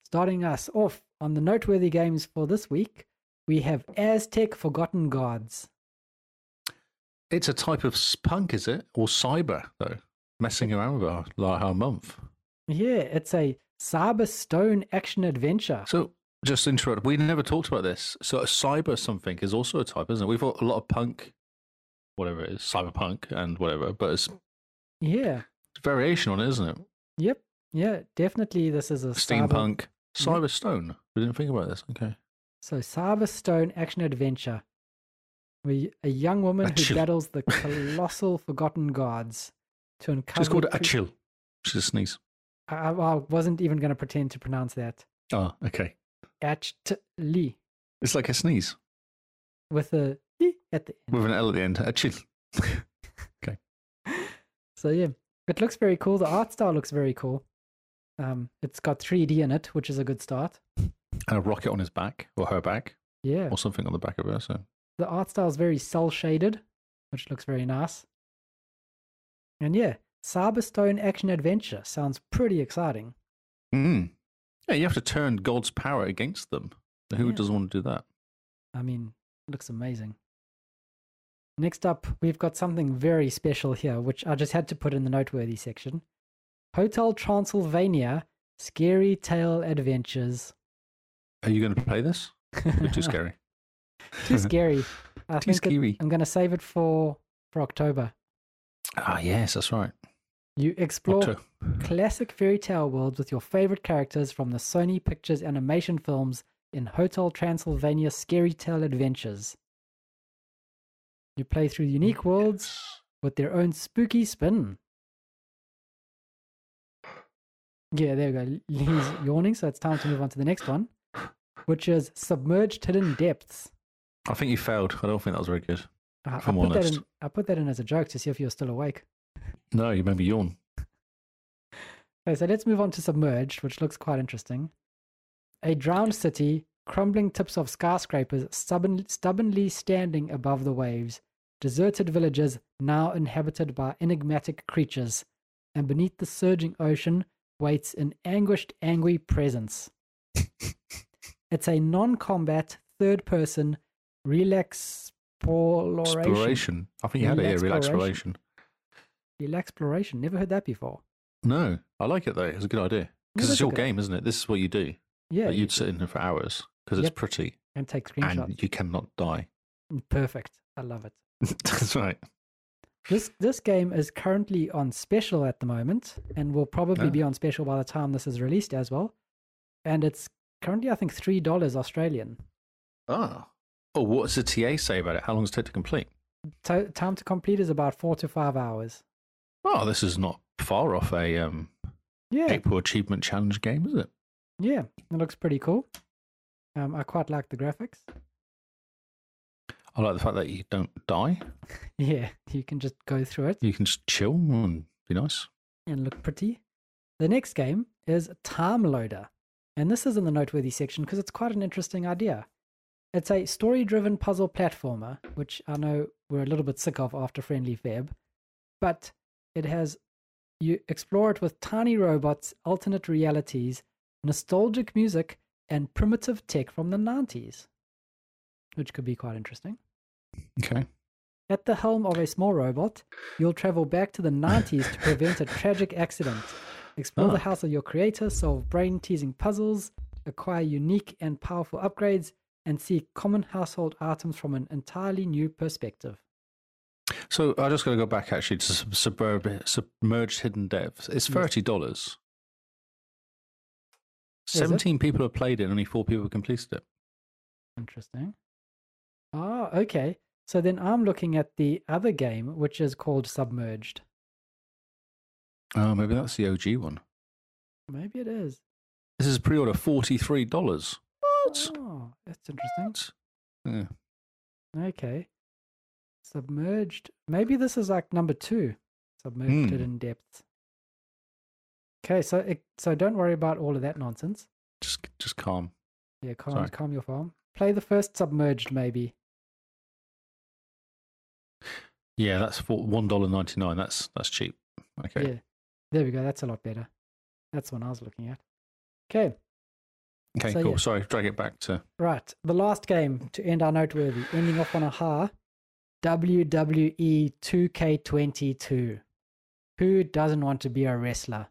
Starting us off on the noteworthy games for this week, we have Aztec Forgotten Gods.
It's a type of s- punk, is it, or cyber though? Messing around with our like our month.
Yeah, it's a cyber stone action adventure.
So just to interrupt. We never talked about this. So cyber something is also a type, isn't it? We've got a lot of punk, whatever it is, cyberpunk and whatever, but it's
Yeah,
variation on it, isn't it?
yep, yeah, definitely. This is a cyber-
Steampunk,
Yeah.
cyber stone. We didn't think about this. Okay.
So cyber stone action adventure, where y- a young woman who
Achoo.
battles the colossal forgotten gods to uncover.
She's called it a
cre-
chill. She's a sneeze.
I, I I wasn't even going to pretend to pronounce that.
Oh, okay.
Achtli
It's like a sneeze
with a e at the end.
with an L at the end. A chill.
So yeah, it looks very cool. The art style looks very cool. Um, it's got 3D in it, which is a good start.
And a rocket on his back or her back
Yeah,
or something on the back of her. So
the art style is very cell shaded, which looks very nice. And yeah, Cyberstone action adventure sounds pretty exciting.
Mm. Yeah, you have to turn God's power against them. Who
Yeah.
doesn't want to do that?
I mean, it looks amazing. Next up, we've got something very special here, which I just had to put in the noteworthy section. Hotel Transylvania Scary Tale Adventures.
Are you going to play this? You're too scary.
Too scary. I
too
think it-
scary.
I'm going to save it for for October.
Ah, yes, that's right.
You explore
Otto.
classic fairy tale worlds with your favorite characters from the Sony Pictures animation films in Hotel Transylvania Scary Tale Adventures. You play through
Mm.
unique worlds with their own spooky spin. Yeah, there we go. He's yawning, so it's time to move on to the next one, which is Submerged Hidden Depths.
I think you failed. I don't think that was very good.
I- I,
If I'm
put that
honest.
in, I put that in as a joke to see if you're still awake.
No, you made me yawn.
Okay, so let's move on to submerged, which looks quite interesting. A drowned city, crumbling tips of skyscrapers stubborn, stubbornly standing above the waves, deserted villages now inhabited by enigmatic creatures, and beneath the surging ocean waits an anguished, angry presence. it's a non-combat third-person relaxploration.
Exploration. I think you had it here. Real
Relaxploration.
exploration.
Relaxploration. Never heard that before.
No, I like it though. It's a good idea because
Yeah,
it's your
that's a good-
game, isn't it? This is what you do.
Yeah,
But
you
you'd sit in there for hours because it's
Yep.
pretty
and take screenshots.
and you cannot die.
Perfect. I love it.
That's right.
This this game is currently on special at the moment and will probably
Ah.
be on special by the time this is released as well. And it's currently I think three dollars Australian.
Ah. Oh, what's the TA say about it? How long does it take to complete?
Ti- time to complete is about four to five hours.
Oh, this is not far off a um,
Yeah,
April Achievement Challenge game, is it?
yeah, it looks pretty cool. Um, I quite like the graphics.
I like the fact that you don't die.
Yeah, you can just go through it
You can just chill and be nice.
and look pretty. The next game is Time Loader, and this is in the noteworthy section because it's quite an interesting idea. It's a story driven puzzle platformer, which I know we're a little bit sick of after Friendly Fab, but it has you explore it with tiny robots, alternate realities, nostalgic music, and primitive tech from the 90s, which could be quite interesting.
Okay.
At the helm of a small robot, you'll travel back to the 90s to prevent a tragic accident, explore
Ah.
the house of your creator, solve brain teasing puzzles, acquire unique and powerful upgrades, and see common household items from an entirely new perspective.
So I just got to go back actually to sub- suburb, submerged hidden depths. It's
Yes.
thirty dollars.
it?
Seventeen people have played it, and only four people have completed it.
Interesting. Ah, okay. So then I'm looking at the other game, which is called Submerged.
Oh, maybe that's the OG one.
Maybe it is.
This is pre-order forty-three dollars. What?
Oh, that's interesting.
Yeah.
Okay. Submerged. Maybe this is like number two. Submerged it
Hmm.
in depth. Okay, so it, so don't worry about all of that nonsense.
Just, just calm.
Yeah, calm
Sorry.
calm your farm. Play the first submerged, maybe.
Yeah, that's for one dollar ninety-nine. That's that's cheap. Okay.
Yeah. There we go. That's a lot better. That's the one I was looking at. Okay,
Okay.
So,
cool.
yeah.
Sorry, drag it back to.
right. The last game to end our noteworthy, ending off on a ha. E WWE 2K22. Who doesn't want to be a wrestler?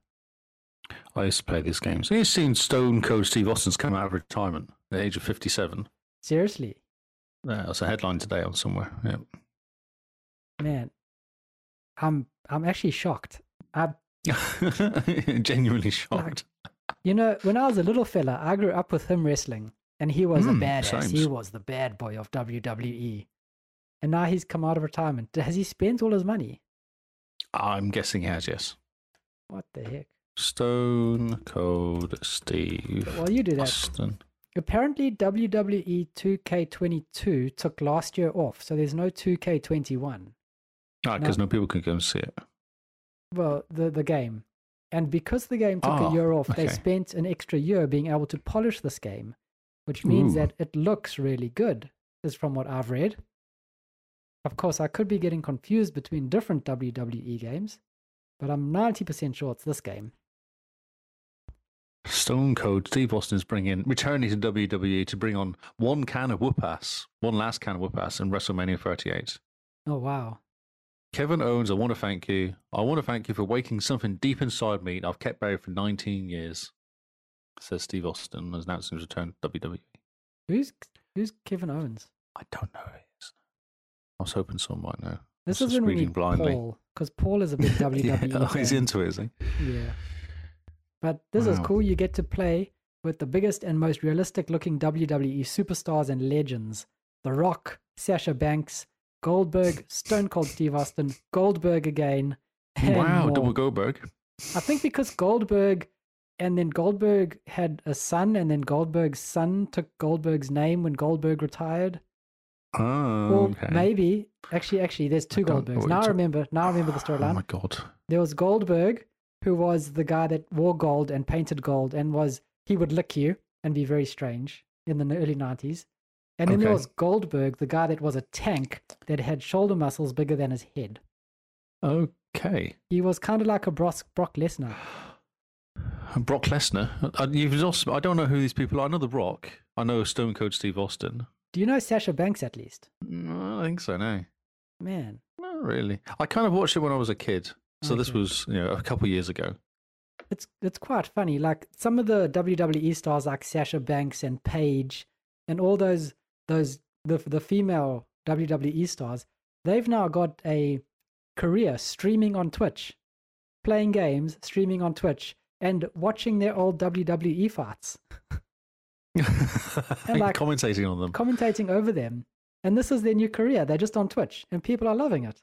I used to play these games. You've seen Stone Cold Steve Austin's come out of retirement at the age of fifty-seven.
Seriously.
Yeah, that's a headline today on somewhere. Yeah.
Man, I'm I'm actually shocked. I,
Genuinely shocked.
you know, when I was a little fella, I grew up with him wrestling, and he was
Mm,
a badass. He
sames.
was the bad boy of WWE, and now he's come out of retirement. Has he spent all his money?
I'm guessing he has, yes.
What the heck?
Stone Cold Steve
Well, you do that.
Austin.
Apparently, E WWE 2K22 took last year off, so there's no 2K21.
Because Ah, no. people can go and see it.
Well, the the game. And because the game took a
Ah,
year off, they
okay.
spent an extra year being able to polish this game, which means
Ooh.
that it looks really good, is from what I've read. Of course, I could be getting confused between different WWE games, but I'm 90% sure it's this game.
Stone Cold Steve Austin is bringing, returning to WWE to bring on one can of whoop ass, one last can of whoop ass in WrestleMania 38.
Oh, wow.
Kevin Owens, I want to thank you. I want to thank you for waking something deep inside me that I've kept buried for 19 years, says Steve Austin, as announcing his return to E. WWE.
Who's who's Kevin Owens?
I don't know who it is. I was hoping someone might know.
This
I'm
is
just
when we
reading
need
blindly.
Paul because Paul is a big
Yeah,
WWE
oh,
E fan.
he's into it, is he?
Yeah. But this is
Wow.
cool. You get to play with the biggest and most realistic looking WWE superstars and legends The Rock, Sasha Banks, Goldberg, Stone Cold Steve Austin, Goldberg again. and
wow,
more.
double Goldberg.
I think because Goldberg and then Goldberg had a son, and then Goldberg's son took Goldberg's name when Goldberg retired.
Oh,
Or
okay.
maybe, actually, actually, there's two
don't know
Goldbergs.
what
Now I
you're
remember. Now I remember the
Oh
storyline.
my god.
There was Goldberg, who was the guy that wore gold and painted gold and was he would lick you and be very strange in the early nineties. And then there
Okay.
was Goldberg, the guy that was a tank that had shoulder muscles bigger than his head.
Okay.
He was kind of like a Brock, Brock Lesnar.
And Brock Lesnar. I, I- you've also, I don't know who these people are. I know The Rock. I know Stone Cold Steve Austin.
Do you know Sasha Banks at least?
Mm, I don't think so, no.
Man,
Not really. I kind of watched it when I was a kid. So this
Okay.
was, you know, a couple years ago.
it's it's quite funny. Like some of the WWE stars, like Sasha Banks and Paige, and all those those the the female WWE stars, they've now got a career streaming on Twitch, playing games, streaming on Twitch, and watching their old WWE fights, like-
commentating on them.
commentating over them. And this is their new career. They're just on Twitch, and people are loving it.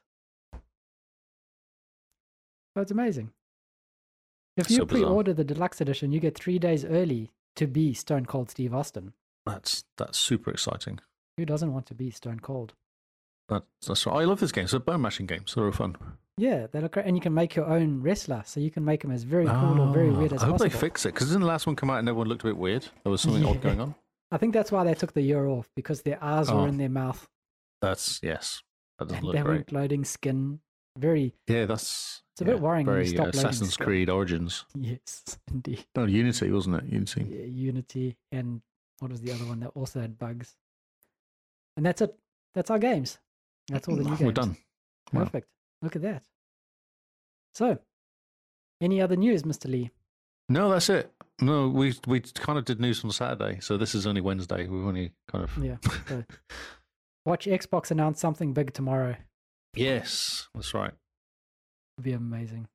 So it's amazing. If you
So bizarre.
pre-order the deluxe edition, you get three days early to be Stone Cold Steve Austin.
That's that's super exciting.
Who doesn't want to be Stone Cold?
That, that's right. I love this game. It's a bone mashing game. So fun.
Yeah, they look great, and you can make your own wrestler, so you can make him as very cool or very
Ah,
weird as
I hope
possible.
they fix it because didn't the last one come out and everyone looked a bit weird? There was something
Yeah.
odd going on.
I think that's why they took the year off because their eyes
Oh,
were in their mouth
That's yes. That doesn't
and
look
they
great.
weren't loading skin. Very
Yeah, that's
It's a bit
yeah,
worrying when you
Very
stop
uh,
loading
Assassin's
stuff.
Creed Origins.
yes, indeed.
No, Unity wasn't it? Unity.
Yeah, Unity and what was the other one that also had bugs? And that's it. That's our games. That's all the new games.
Mm, We're done. Wow.
Perfect. Look at that. So, any other news, Mister Lee?
No, that's it. No, we we kind of did news on Saturday, so this is only Wednesday. We've only kind of
Yeah. So, watch Xbox announce something big tomorrow.
yes, that's right.
would be amazing.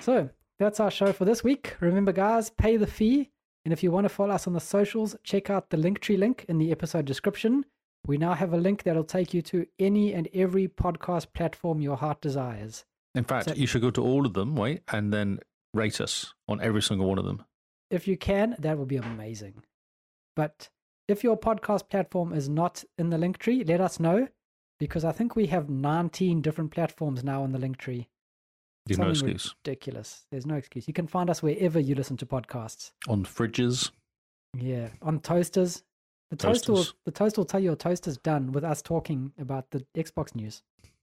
So that's our show for this week. Remember, guys, pay the fee. And if you want to follow us on the socials, check out the Linktree link in the episode description. We now have a link that'll take you to any and every podcast platform your heart desires.
In fact,
So-
you should go to all of them. Wait, and then rate us on every single one of them.
If you can, that would be amazing. But if your podcast platform is not in the Linktree, let us know because I think we have 19 different platforms now in the Linktree.
You've no
Something
excuse
Ridiculous. There's no excuse. You can find us wherever you listen to podcasts.
on fridges.
Yeah, on toasters. The toaster, will,
Toasters.
the toaster will tell you your toaster's done with us talking about the Xbox news.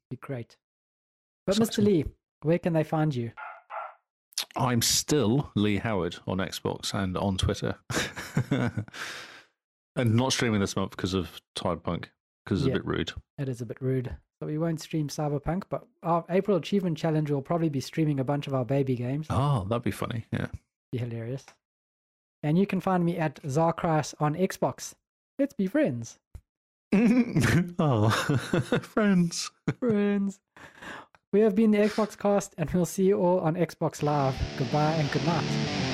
Be great. But
Sounds
Mr.
good.
Lee, where can they find you?
I'm still Lee Howard on Xbox and on Twitter. and not streaming this month because of Tide Punk, because it's
Yeah.
a bit rude.
It is a bit rude. So we won't stream Cyberpunk, but our April Achievement Challenge will probably be streaming a bunch of our baby games.
Oh, that'd be funny. Yeah.
Be hilarious. And you can find me at Zarkras on Xbox. Let's be friends.
oh, friends.
friends. We have been the Xbox cast, and we'll see you all on Xbox Live. Goodbye and good night.